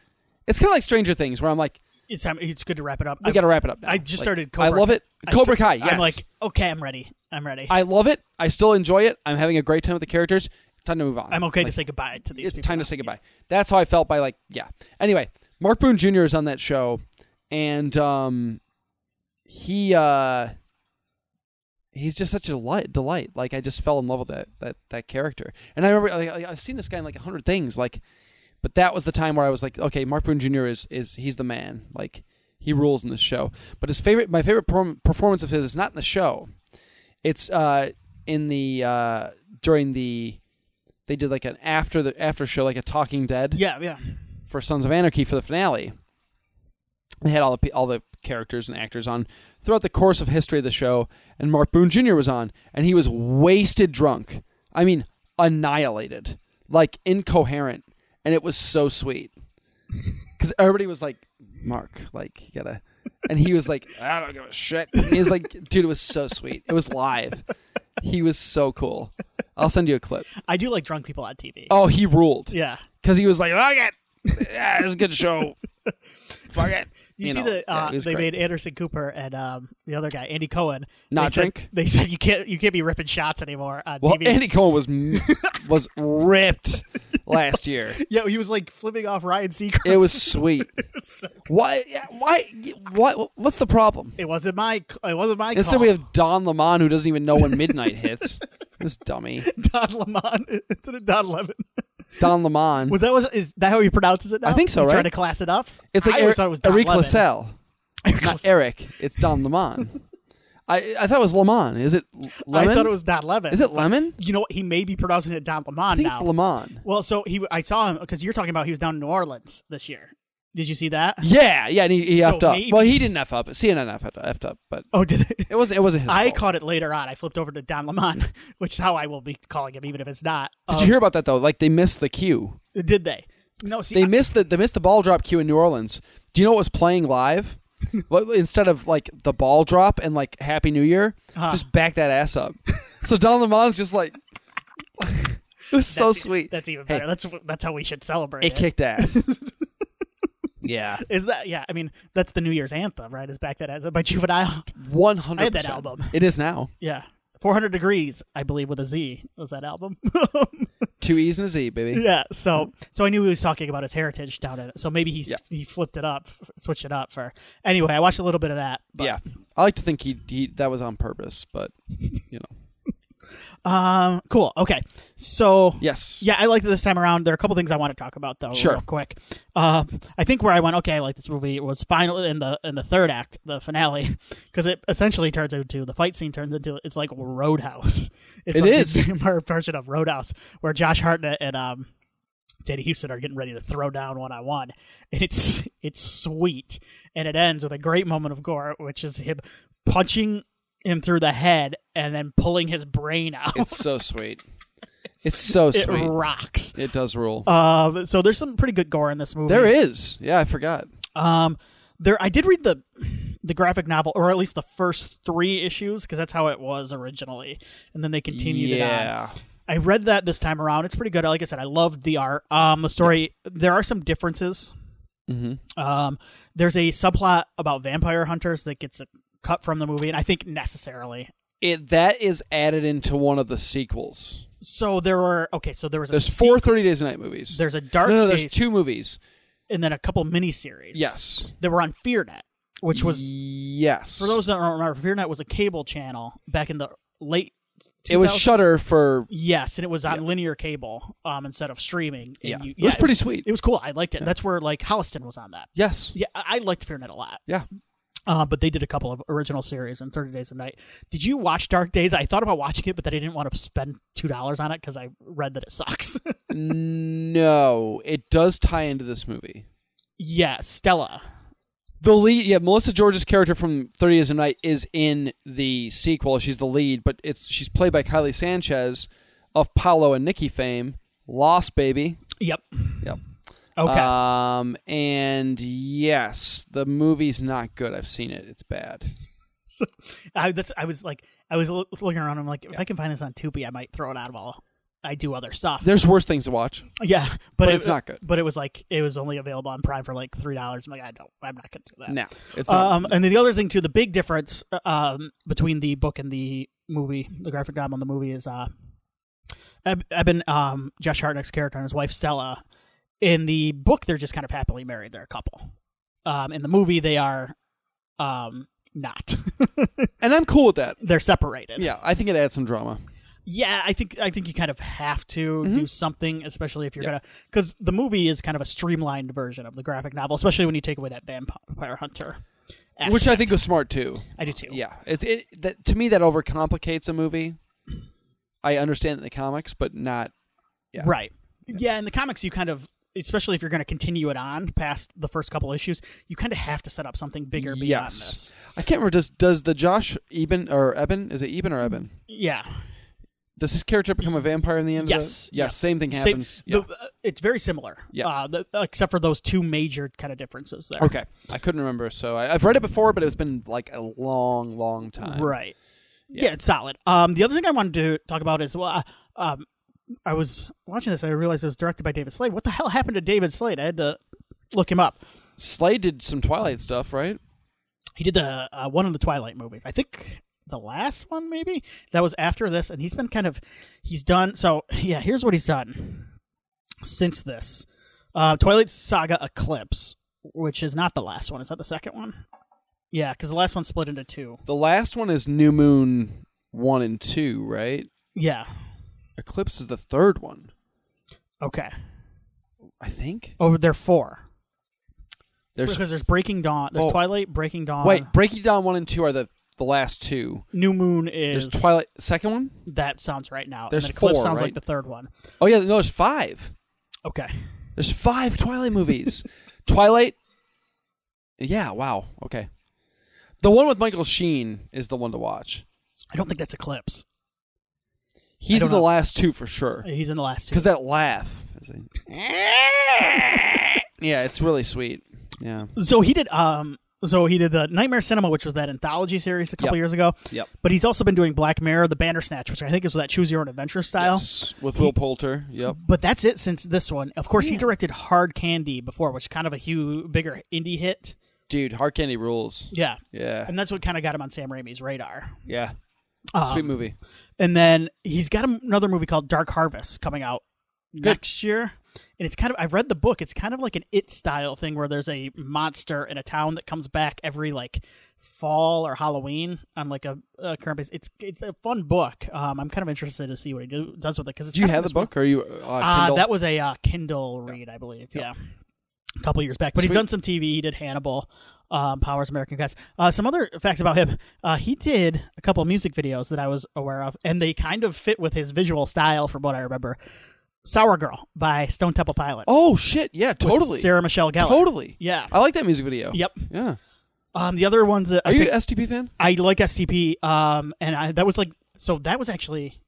Speaker 2: "It's kind of like Stranger Things, where I'm like,
Speaker 1: It's time. It's good to wrap it up.
Speaker 2: we
Speaker 1: I-
Speaker 2: got to wrap it up." Now.
Speaker 1: I just
Speaker 2: Like,
Speaker 1: started
Speaker 2: I
Speaker 1: Cobra
Speaker 2: love it.
Speaker 1: I
Speaker 2: Cobra
Speaker 1: took-
Speaker 2: Kai. Yes.
Speaker 1: I'm like, okay, I'm ready. I'm ready. I,
Speaker 2: I love it. I still enjoy it. I'm having a great time with the characters. Time to move on.
Speaker 1: am okay to
Speaker 2: Like,
Speaker 1: say goodbye to these.
Speaker 2: it's
Speaker 1: people
Speaker 2: time
Speaker 1: now.
Speaker 2: to say goodbye. That's how I felt by like yeah. Anyway, Mark Boone Jr. is on that show, and um, he uh, he's just such a delight, delight. Like I just fell in love with that that that character. And I remember like, I- I've seen this guy in like a hundred things. Like, but that was the time where I was like, okay, Mark Boone Jr. is is he's the man. Like he rules in this show. But his favorite, my favorite perform- performance of his is not in the show. It's uh in the uh during the they did like an after the after show like a Talking Dead
Speaker 1: Yeah, yeah.
Speaker 2: for Sons of Anarchy for the finale. They had all the pe- all the characters and actors on throughout the course of history of the show, and Mark Boone Jr. was on, and he was wasted drunk. I mean, annihilated, like incoherent, and it was so sweet because everybody was like, "Mark, like you gotta," and he was like, "I don't give a shit." And he was like, "Dude, it was so sweet. It was live. He was so cool." I'll send you a clip.
Speaker 1: I do like drunk people on TV.
Speaker 2: Oh, he ruled
Speaker 1: Yeah.
Speaker 2: because he was like, "Fuck it, yeah, it's a good show. Fuck it."
Speaker 1: You,
Speaker 2: You
Speaker 1: see
Speaker 2: know,
Speaker 1: that
Speaker 2: yeah,
Speaker 1: uh,
Speaker 2: it was
Speaker 1: they
Speaker 2: great.
Speaker 1: made Anderson Cooper and um, the other guy, Andy Cohen,
Speaker 2: Not
Speaker 1: they said-
Speaker 2: drink?
Speaker 1: they said you can't you can't be ripping shots anymore on
Speaker 2: Well,
Speaker 1: TV.
Speaker 2: Andy Cohen was m- was ripped last year.
Speaker 1: yeah, he was like flipping off Ryan Seacrest.
Speaker 2: It was sweet. Why? yeah, Why? What? What's the problem?
Speaker 1: It wasn't my. It wasn't my.
Speaker 2: Instead,
Speaker 1: call.
Speaker 2: we have Don Lemon who doesn't even know when midnight hits. This dummy,
Speaker 1: Don Lemon instead of Don Lemon.
Speaker 2: Don Lemon.
Speaker 1: Was that was is that how he pronounces it? Now?
Speaker 2: I think so,
Speaker 1: He's Trying
Speaker 2: right?
Speaker 1: to class it up.
Speaker 2: It's like
Speaker 1: I
Speaker 2: Eric,
Speaker 1: always thought it was Don
Speaker 2: Eric
Speaker 1: Lemon.
Speaker 2: LaSalle, not Eric. It's Don Lemon. I I thought it was Lemon. Is it Lemon?
Speaker 1: I thought it was Don Lemon.
Speaker 2: Is it Lemon?
Speaker 1: You know what? He may be pronouncing it Don Lemon
Speaker 2: I think
Speaker 1: now.
Speaker 2: it's Lemon.
Speaker 1: well, so he I saw him because you're talking about he was down in New Orleans this year. Did you see that?
Speaker 2: Yeah, yeah, and he, he
Speaker 1: So
Speaker 2: effed up.
Speaker 1: maybe-
Speaker 2: Well, he didn't f up. CNN effed, effed up, but
Speaker 1: Oh, did they?
Speaker 2: it wasn't. It wasn't his.
Speaker 1: I
Speaker 2: fault.
Speaker 1: caught it later on. I flipped over to Don Lemon, which is how I will be calling him, even if it's not.
Speaker 2: Did
Speaker 1: Um,
Speaker 2: you hear about that though? Like they missed the cue.
Speaker 1: Did they? No, see,
Speaker 2: They
Speaker 1: I-
Speaker 2: missed the they missed the ball drop cue in New Orleans. Do you know what was playing live? Well, Instead of like the ball drop and like Happy New Year,
Speaker 1: Uh-huh.
Speaker 2: just back that ass up. so Don Lemon's just like, it was so
Speaker 1: that's-
Speaker 2: sweet.
Speaker 1: That's even
Speaker 2: Hey.
Speaker 1: better. That's that's how we should celebrate.
Speaker 2: it kicked ass. yeah,
Speaker 1: Is that yeah? I mean, that's the New Year's anthem, right? Is back that as by Juvenile.
Speaker 2: one hundred.
Speaker 1: I had that album.
Speaker 2: It is now
Speaker 1: Yeah, 400 degrees, I believe, with a Z was that album.
Speaker 2: two E's and a Z, baby.
Speaker 1: yeah, so so I knew he was talking about his heritage down in it. So maybe he s
Speaker 2: Yeah.
Speaker 1: he flipped it up, f- switched it up for. Anyway, I watched a little bit of that. But,
Speaker 2: yeah, I like to think he he that was on purpose, but you know,
Speaker 1: Um. Cool. Okay. So
Speaker 2: yes,
Speaker 1: Yeah, I liked it this time around. There are a couple things I want to talk about though,
Speaker 2: Sure.
Speaker 1: real quick. Uh, I think where I went, okay, I like this movie was finally in the in the third act, the finale, because it essentially turns into the fight scene turns into it's like Roadhouse. It's
Speaker 2: It
Speaker 1: like
Speaker 2: is.
Speaker 1: a newer version of Roadhouse, where Josh Hartnett and um, Danny Houston are getting ready to throw down one on one, and it's it's sweet, and it ends with a great moment of gore, which is him punching him through the head and then pulling his brain out.
Speaker 2: It's so sweet. It's so
Speaker 1: it
Speaker 2: sweet.
Speaker 1: rocks.
Speaker 2: It does rule.
Speaker 1: Um, so there's some pretty good gore in this movie.
Speaker 2: there is. Yeah, I forgot.
Speaker 1: Um, there, I did read the the graphic novel, or at least the first three issues, because that's how it was originally, and then they continued it on.
Speaker 2: yeah.
Speaker 1: I read that this time around. It's pretty good. Like I said, I loved the art. Um, the story. There are some differences.
Speaker 2: Mm-hmm.
Speaker 1: Um, there's a subplot about vampire hunters that gets cut from the movie, and I think necessarily.
Speaker 2: It that is added into one of the sequels.
Speaker 1: So there were okay. So there was a
Speaker 2: There's
Speaker 1: sequ-
Speaker 2: four Thirty Days a Night movies.
Speaker 1: There's a dark
Speaker 2: no, no, there's
Speaker 1: Days
Speaker 2: two movies.
Speaker 1: and then a couple miniseries.
Speaker 2: Yes,
Speaker 1: that were on FearNet, which was
Speaker 2: yes.
Speaker 1: for those that don't remember, FearNet was a cable channel back in the late. 2000s.
Speaker 2: it was Shutter for.
Speaker 1: Yes, and it was on
Speaker 2: Yeah.
Speaker 1: linear cable um, instead of streaming. and
Speaker 2: Yeah,
Speaker 1: you-
Speaker 2: it was
Speaker 1: yeah,
Speaker 2: pretty sweet.
Speaker 1: It was cool. I liked it.
Speaker 2: Yeah.
Speaker 1: That's where like Holliston was on that.
Speaker 2: yes,
Speaker 1: Yeah, I I liked FearNet a lot.
Speaker 2: Yeah.
Speaker 1: Uh, but they did a couple of original series and 30 Days a Night. Did you watch Dark Days? I thought about watching it, but then I didn't want to spend $2 on it because I read that it sucks.
Speaker 2: no, it does tie into this movie.
Speaker 1: yeah, Stella.
Speaker 2: The lead, yeah, Melissa George's character from Thirty Days a Night is in the sequel. She's the lead, but it's she's played by Kylie Sanchez of Paolo and Nikki fame, Lost Baby.
Speaker 1: Yep.
Speaker 2: Yep.
Speaker 1: Okay.
Speaker 2: Um, and yes, the movie's not good. I've seen it. It's bad.
Speaker 1: so, I, that's, I was like, I was loo- looking around. I'm like, if I can find this on Tubi, I might throw it out while I do other stuff.
Speaker 2: There's worse things to watch,
Speaker 1: yeah, but,
Speaker 2: but,
Speaker 1: it-
Speaker 2: it's not good.
Speaker 1: But it was like it was only available on Prime for like three dollars. I'm like, I don't, I'm not gonna do that.
Speaker 2: No, it's not.
Speaker 1: Um, and then the other thing too, the big difference uh, um, between the book and the movie, the graphic novel and the movie is uh, Eb- Eben, um, Josh Hartnett's character and his wife Stella. In the book, they're just kind of happily married; they're a couple. Um, in the movie, they are um, not;
Speaker 2: and I'm cool with that.
Speaker 1: they're separated.
Speaker 2: Yeah, I think it adds some drama.
Speaker 1: Yeah, I think I think you kind of have to do something, especially if you're
Speaker 2: Mm-hmm. Yeah.
Speaker 1: gonna, because the movie is kind of a streamlined version of the graphic novel, especially when you take away that vampire hunter.
Speaker 2: which I
Speaker 1: aspect.
Speaker 2: think was smart too.
Speaker 1: I do too.
Speaker 2: Yeah, it's it that to me that overcomplicates a movie. I understand in the comics, but not. Yeah.
Speaker 1: Right. Yeah. in the comics, you kind of, especially if you're going to continue it on past the first couple issues, you kind of have to set up something bigger beyond
Speaker 2: Yes.
Speaker 1: this.
Speaker 2: I can't remember. Does does the Josh Eben or Eben is it Eben or Eben?
Speaker 1: Yeah.
Speaker 2: Does his character become a vampire in the end?
Speaker 1: Yes.
Speaker 2: Of the, yeah,
Speaker 1: Yeah.
Speaker 2: Same thing
Speaker 1: Same-
Speaker 2: happens. yeah.
Speaker 1: the- uh, it's very similar.
Speaker 2: Yeah.
Speaker 1: Uh, the, except for those two major kind of differences there.
Speaker 2: Okay, I couldn't remember. So I, I've read it before, but it's been like a long, long time.
Speaker 1: Right.
Speaker 2: Yeah.
Speaker 1: Yeah. it's solid. Um, the other thing I wanted to talk about is, well, uh, um, I was watching this. I realized it was directed by David Slade. What the hell happened to David Slade? I had to look him up.
Speaker 2: Slade did some Twilight stuff, right?
Speaker 1: He did the uh, one of the Twilight movies. I think the last one, maybe that was after this, and he's been kind of he's done. So yeah, here's what he's done since this uh, Twilight Saga Eclipse, which is not the last one. Is that the second one? Yeah, because the last one split into two.
Speaker 2: The last one is New Moon one and two, right?
Speaker 1: Yeah.
Speaker 2: Eclipse is the third one,
Speaker 1: Okay.
Speaker 2: I think.
Speaker 1: Oh, they're four.
Speaker 2: There's
Speaker 1: because there's Breaking Dawn. There's
Speaker 2: four.
Speaker 1: Twilight, Breaking Dawn.
Speaker 2: wait, Breaking Down one and two are the the last two.
Speaker 1: New Moon is
Speaker 2: There's Twilight second one.
Speaker 1: That sounds right now.
Speaker 2: There's
Speaker 1: and then Eclipse
Speaker 2: four,
Speaker 1: sounds
Speaker 2: right?
Speaker 1: like the third one.
Speaker 2: Oh yeah, no, there's five.
Speaker 1: Okay.
Speaker 2: There's five Twilight movies. Twilight. Yeah. Wow. Okay. The one with Michael Sheen is the one to watch.
Speaker 1: I don't think that's Eclipse.
Speaker 2: He's
Speaker 1: don't
Speaker 2: in the
Speaker 1: know.
Speaker 2: last two for sure.
Speaker 1: He's in the last two.
Speaker 2: Because that laugh. is a- yeah, it's really sweet. Yeah.
Speaker 1: so he did um so he did the Nightmare Cinema, which was that anthology series a couple
Speaker 2: Yep.
Speaker 1: years ago.
Speaker 2: Yep.
Speaker 1: But he's also been doing Black Mirror, the Bandersnatch, which I think is that choose your own adventure style.
Speaker 2: Yes, With Will Poulter. Yep.
Speaker 1: But that's it since this one. Of course, he
Speaker 2: Man.
Speaker 1: directed Hard Candy before, which is kind of a huge, bigger indie hit.
Speaker 2: Dude, Hard Candy rules.
Speaker 1: Yeah,
Speaker 2: Yeah.
Speaker 1: and that's what kind of got him on Sam Raimi's radar.
Speaker 2: Yeah.
Speaker 1: Um,
Speaker 2: Sweet movie.
Speaker 1: And then he's got another movie called Dark Harvest coming out next year. And it's kind of I've read the book. It's kind of like an it style thing where there's a monster in a town that comes back every like fall or Halloween on like a, a current basis. It's it's a fun book. Um, I'm kind of interested to see what he do, does with it because
Speaker 2: Do you have the book? Or are you. Uh,
Speaker 1: Uh,
Speaker 2: Kindle?
Speaker 1: that was a uh, Kindle read, I believe. Yeah. A couple years back, but he's
Speaker 2: Sweet.
Speaker 1: done some TV. He did Hannibal, um, Powers, American Gods. Uh, some other facts about him: uh, he did a couple music videos that I was aware of, and they kind of fit with his visual style, from what I remember. "Sour Girl" by Stone Temple Pilots.
Speaker 2: oh, shit. Yeah,
Speaker 1: with
Speaker 2: totally.
Speaker 1: Sarah Michelle Gellar.
Speaker 2: Totally.
Speaker 1: Yeah.
Speaker 2: I like that music video.
Speaker 1: Yep.
Speaker 2: Yeah.
Speaker 1: Um, the other ones that
Speaker 2: Are
Speaker 1: I,
Speaker 2: you
Speaker 1: picked-
Speaker 2: an STP fan?
Speaker 1: I like STP. Um, and I, that was like so that was actually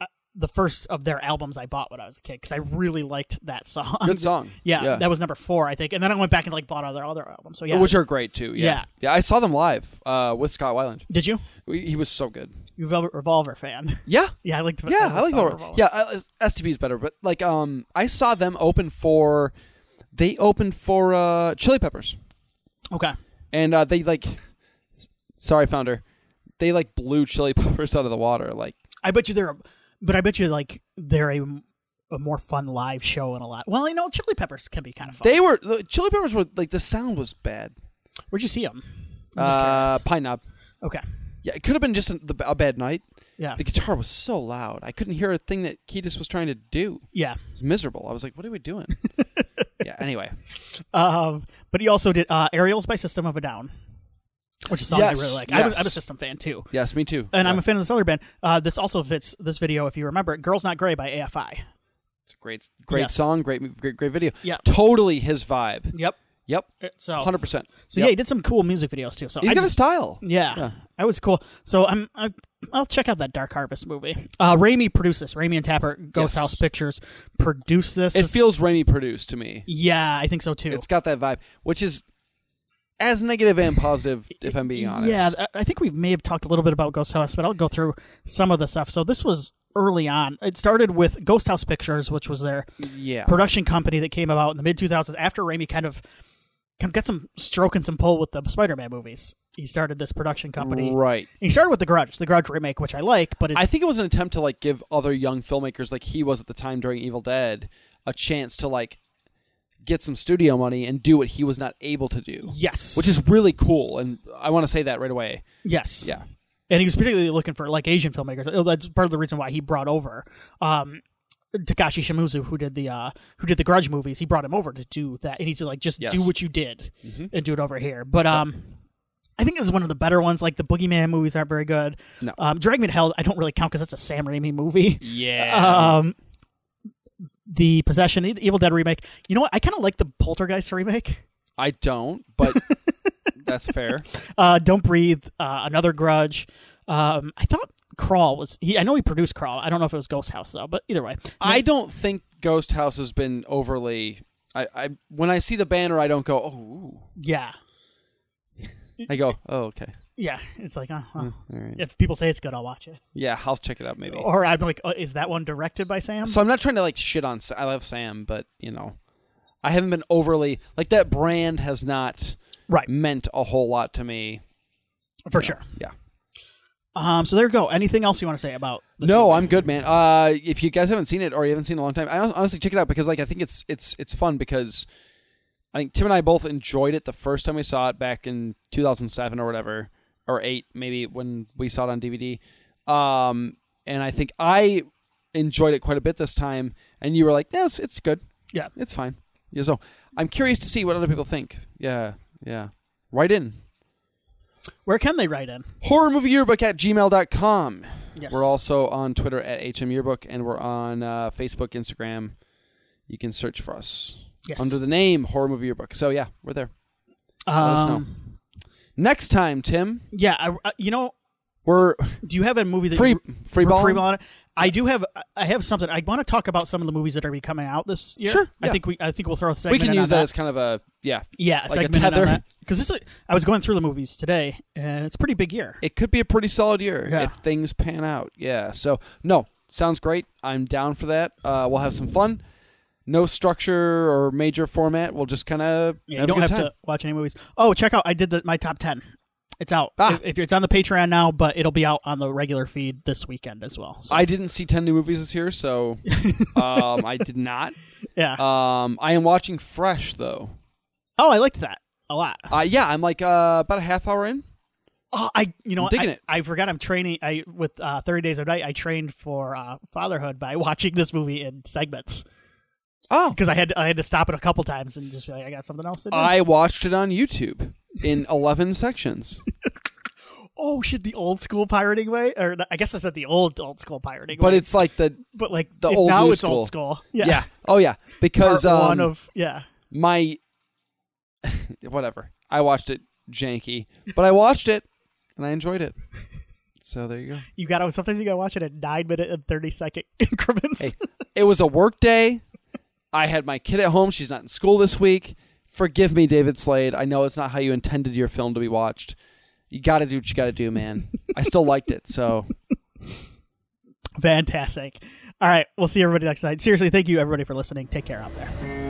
Speaker 1: uh, the first of their albums I bought when I was a kid because I really liked that song.
Speaker 2: Good song.
Speaker 1: Um, yeah, that was number four, I think. And then I went back and like bought all their other albums. So yeah,
Speaker 2: Which are great too. Yeah.
Speaker 1: Yeah.
Speaker 2: yeah. I saw them live uh, with Scott Weiland.
Speaker 1: did you?
Speaker 2: We- He was so good.
Speaker 1: You Velvet Revolver fan?
Speaker 2: Yeah.
Speaker 1: yeah, I liked.
Speaker 2: Yeah, I like
Speaker 1: Velvet
Speaker 2: Velvet. Yeah, uh, I, STP is better, but like um I saw them open for they opened for uh Chili Peppers.
Speaker 1: Okay.
Speaker 2: And uh they like s- sorry founder. They like blew Chili Peppers out of the water like
Speaker 1: I bet you they're, a, but I bet you like they're a, a more fun live show and a lot. Well, you know, Chili Peppers can be kind of fun.
Speaker 2: They were the Chili Peppers were like the sound was bad.
Speaker 1: Where'd you see them?
Speaker 2: Uh, Pine Knob.
Speaker 1: okay.
Speaker 2: Yeah, it could have been just a, the, a bad night.
Speaker 1: Yeah.
Speaker 2: The guitar was so loud, I couldn't hear a thing that Kiedis was trying to do.
Speaker 1: Yeah.
Speaker 2: It was miserable. I was like, "What are we doing?" yeah. Anyway.
Speaker 1: Um, but he also did uh, Aerials by System of a Down, which is a song
Speaker 2: Yes,
Speaker 1: I really like. I'm, a, I'm a
Speaker 2: yes.
Speaker 1: System fan too,
Speaker 2: Yes, me too.
Speaker 1: and I'm
Speaker 2: Yeah.
Speaker 1: a fan of this other band. Uh, this also fits this video if you remember. it. Girls Not Gray by AFI.
Speaker 2: It's a great, great
Speaker 1: Yes.
Speaker 2: song. Great, mo- great, great video.
Speaker 1: Yeah.
Speaker 2: Totally his vibe.
Speaker 1: Yep.
Speaker 2: Yep.
Speaker 1: So
Speaker 2: Hundred percent.
Speaker 1: so yeah, he did some cool music videos too. So
Speaker 2: He's
Speaker 1: I
Speaker 2: got a
Speaker 1: just,
Speaker 2: style.
Speaker 1: yeah,
Speaker 2: Yeah.
Speaker 1: that was cool. So I'm, I'm I'll check out that Dark Harvest movie. Uh, Raimi produced this. Raimi and Tapper Ghost
Speaker 2: Yes.
Speaker 1: House Pictures produced this.
Speaker 2: It
Speaker 1: This-
Speaker 2: feels Remy produced to me.
Speaker 1: yeah, I think so too.
Speaker 2: It's got that vibe, which is as negative and positive, if I'm being honest.
Speaker 1: Yeah, th- I think we may have talked a little bit about Ghost House, but I'll go through some of the stuff. So this was early on. It started with Ghost House Pictures, which was their
Speaker 2: Yeah.
Speaker 1: production company that came about in the mid 2000s after Raimi kind of kind of got some stroke and some pull with the Spider-Man movies. He started this production company.
Speaker 2: Right.
Speaker 1: He started with The Grudge, The Grudge remake, which I like, but it's,
Speaker 2: I think it was an attempt to like give other young filmmakers, like he was at the time during Evil Dead, a chance to like get some studio money and do what he was not able to do,
Speaker 1: yes,
Speaker 2: which is really cool. And I want to say that right away.
Speaker 1: yes,
Speaker 2: Yeah.
Speaker 1: and he was particularly looking for like Asian filmmakers. Oh, That's part of the reason why he brought over um, Takashi Shimizu, who did the uh, who did the Grudge movies. He brought him over to do that, and he's like, just
Speaker 2: Yes. Mm-hmm.
Speaker 1: do what you did and do it over here. But um, I think this is one of the better ones. Like the Boogeyman movies aren't very good.
Speaker 2: No.
Speaker 1: um, Drag Me to Hell I don't really count because that's a Sam Raimi movie.
Speaker 2: Yeah.
Speaker 1: Um, the Possession, the Evil Dead remake. You know what? I kind of like the Poltergeist remake.
Speaker 2: I don't, but that's fair.
Speaker 1: Uh, Don't Breathe, uh, Another Grudge. Um, I thought Crawl was. He, I know he produced Crawl. I don't know if it was Ghost House though. But either way,
Speaker 2: I don't think Ghost House has been overly. I, I when I see the banner, I don't go, oh.
Speaker 1: yeah,
Speaker 2: ooh." I go, oh, okay,
Speaker 1: yeah. It's like, uh, well,
Speaker 2: all right.
Speaker 1: if people say it's good, I'll watch it.
Speaker 2: Yeah, I'll check it out maybe.
Speaker 1: Or I'm like, oh, is that one directed by Sam?
Speaker 2: So I'm not trying to like shit on. Sa- I love Sam, but you know, I haven't been overly like that. Brand has not
Speaker 1: right,
Speaker 2: meant a whole lot to me.
Speaker 1: for sure.
Speaker 2: Yeah.
Speaker 1: Um, so there you go. Anything else you want to say about? This
Speaker 2: No,
Speaker 1: movie?
Speaker 2: I'm good, man. Uh, if you guys haven't seen it or you haven't seen it in a long time, I hon- honestly check it out because like I think it's it's it's fun because I think Tim and I both enjoyed it the first time we saw it back in 2007 or whatever or eight maybe when we saw it on DVD. Um, and I think I enjoyed it quite a bit this time, and you were like, "Yeah, it's, it's good.
Speaker 1: Yeah.
Speaker 2: it's fine." Yeah, so I'm curious to see what other people think. Yeah, yeah. Write in
Speaker 1: Where can they write in?
Speaker 2: horror movie yearbook at gmail.com.
Speaker 1: Yes.
Speaker 2: We're also on Twitter at HM Yearbook, and we're on uh, Facebook, Instagram. You can search for us
Speaker 1: yes.
Speaker 2: under the name Horror Movie Yearbook. So yeah, we're there. let us know.
Speaker 1: Um,
Speaker 2: Next time, Tim,
Speaker 1: yeah. I, I- you know,
Speaker 2: we're
Speaker 1: do you have a movie that
Speaker 2: free
Speaker 1: you,
Speaker 2: free
Speaker 1: We're
Speaker 2: ball.
Speaker 1: free balling it. I do have I have something. I want to talk about some of the movies that are be coming out this year.
Speaker 2: Sure,
Speaker 1: I
Speaker 2: yeah.
Speaker 1: think we I think we'll throw a
Speaker 2: We
Speaker 1: segment.
Speaker 2: can
Speaker 1: in
Speaker 2: use
Speaker 1: on
Speaker 2: that as kind of a yeah.
Speaker 1: yeah, a
Speaker 2: like a
Speaker 1: segment in on
Speaker 2: tether.
Speaker 1: that. Because this is, I was going through the movies today, and it's a pretty big year.
Speaker 2: It could be a pretty solid year
Speaker 1: Yeah.
Speaker 2: if things pan out. Yeah. So no, sounds great. I'm down for that. Uh, we'll have some fun. No structure or major format. We'll just kind of
Speaker 1: Yeah, you
Speaker 2: have
Speaker 1: don't
Speaker 2: a good
Speaker 1: have
Speaker 2: time.
Speaker 1: to watch any movies. Oh, check out I did the, my top ten. It's out.
Speaker 2: Ah.
Speaker 1: If, if it's on the Patreon now, but it'll be out on the regular feed this weekend as well. So,
Speaker 2: I didn't see ten new movies this year, so um, I did not.
Speaker 1: yeah.
Speaker 2: Um, I am watching Fresh though.
Speaker 1: oh, I liked that a lot.
Speaker 2: Uh, yeah, I'm like uh, about a half hour in.
Speaker 1: Oh, I you know
Speaker 2: I'm
Speaker 1: what?
Speaker 2: digging
Speaker 1: I,
Speaker 2: it.
Speaker 1: I forgot I'm training. I with uh, Thirty Days of Night. I trained for uh, fatherhood by watching this movie in segments.
Speaker 2: Oh,
Speaker 1: because I had I had to stop it a couple times and just be like, I got something else to do.
Speaker 2: I watched it on YouTube in 11 sections,
Speaker 1: oh shit, the old school pirating way, or the, I guess I said the old old school pirating,
Speaker 2: but
Speaker 1: way.
Speaker 2: it's like the
Speaker 1: but like
Speaker 2: the
Speaker 1: it-
Speaker 2: old
Speaker 1: now
Speaker 2: new
Speaker 1: it's old school. Yeah,
Speaker 2: yeah, oh yeah because
Speaker 1: Part one
Speaker 2: um,
Speaker 1: of yeah,
Speaker 2: my whatever I watched it janky, but I watched it and I enjoyed it. So there you go.
Speaker 1: You got to sometimes you got to watch it at nine minute and thirty second increments.
Speaker 2: Hey, it was a work day. I had my kid at home. She's not in school this week. Forgive me, David Slade. I know it's not how you intended your film to be watched. You got to do what you got to do, man. I still liked it. So
Speaker 1: Fantastic. All right, we'll see everybody next time. Seriously, thank you everybody for listening. Take care out there.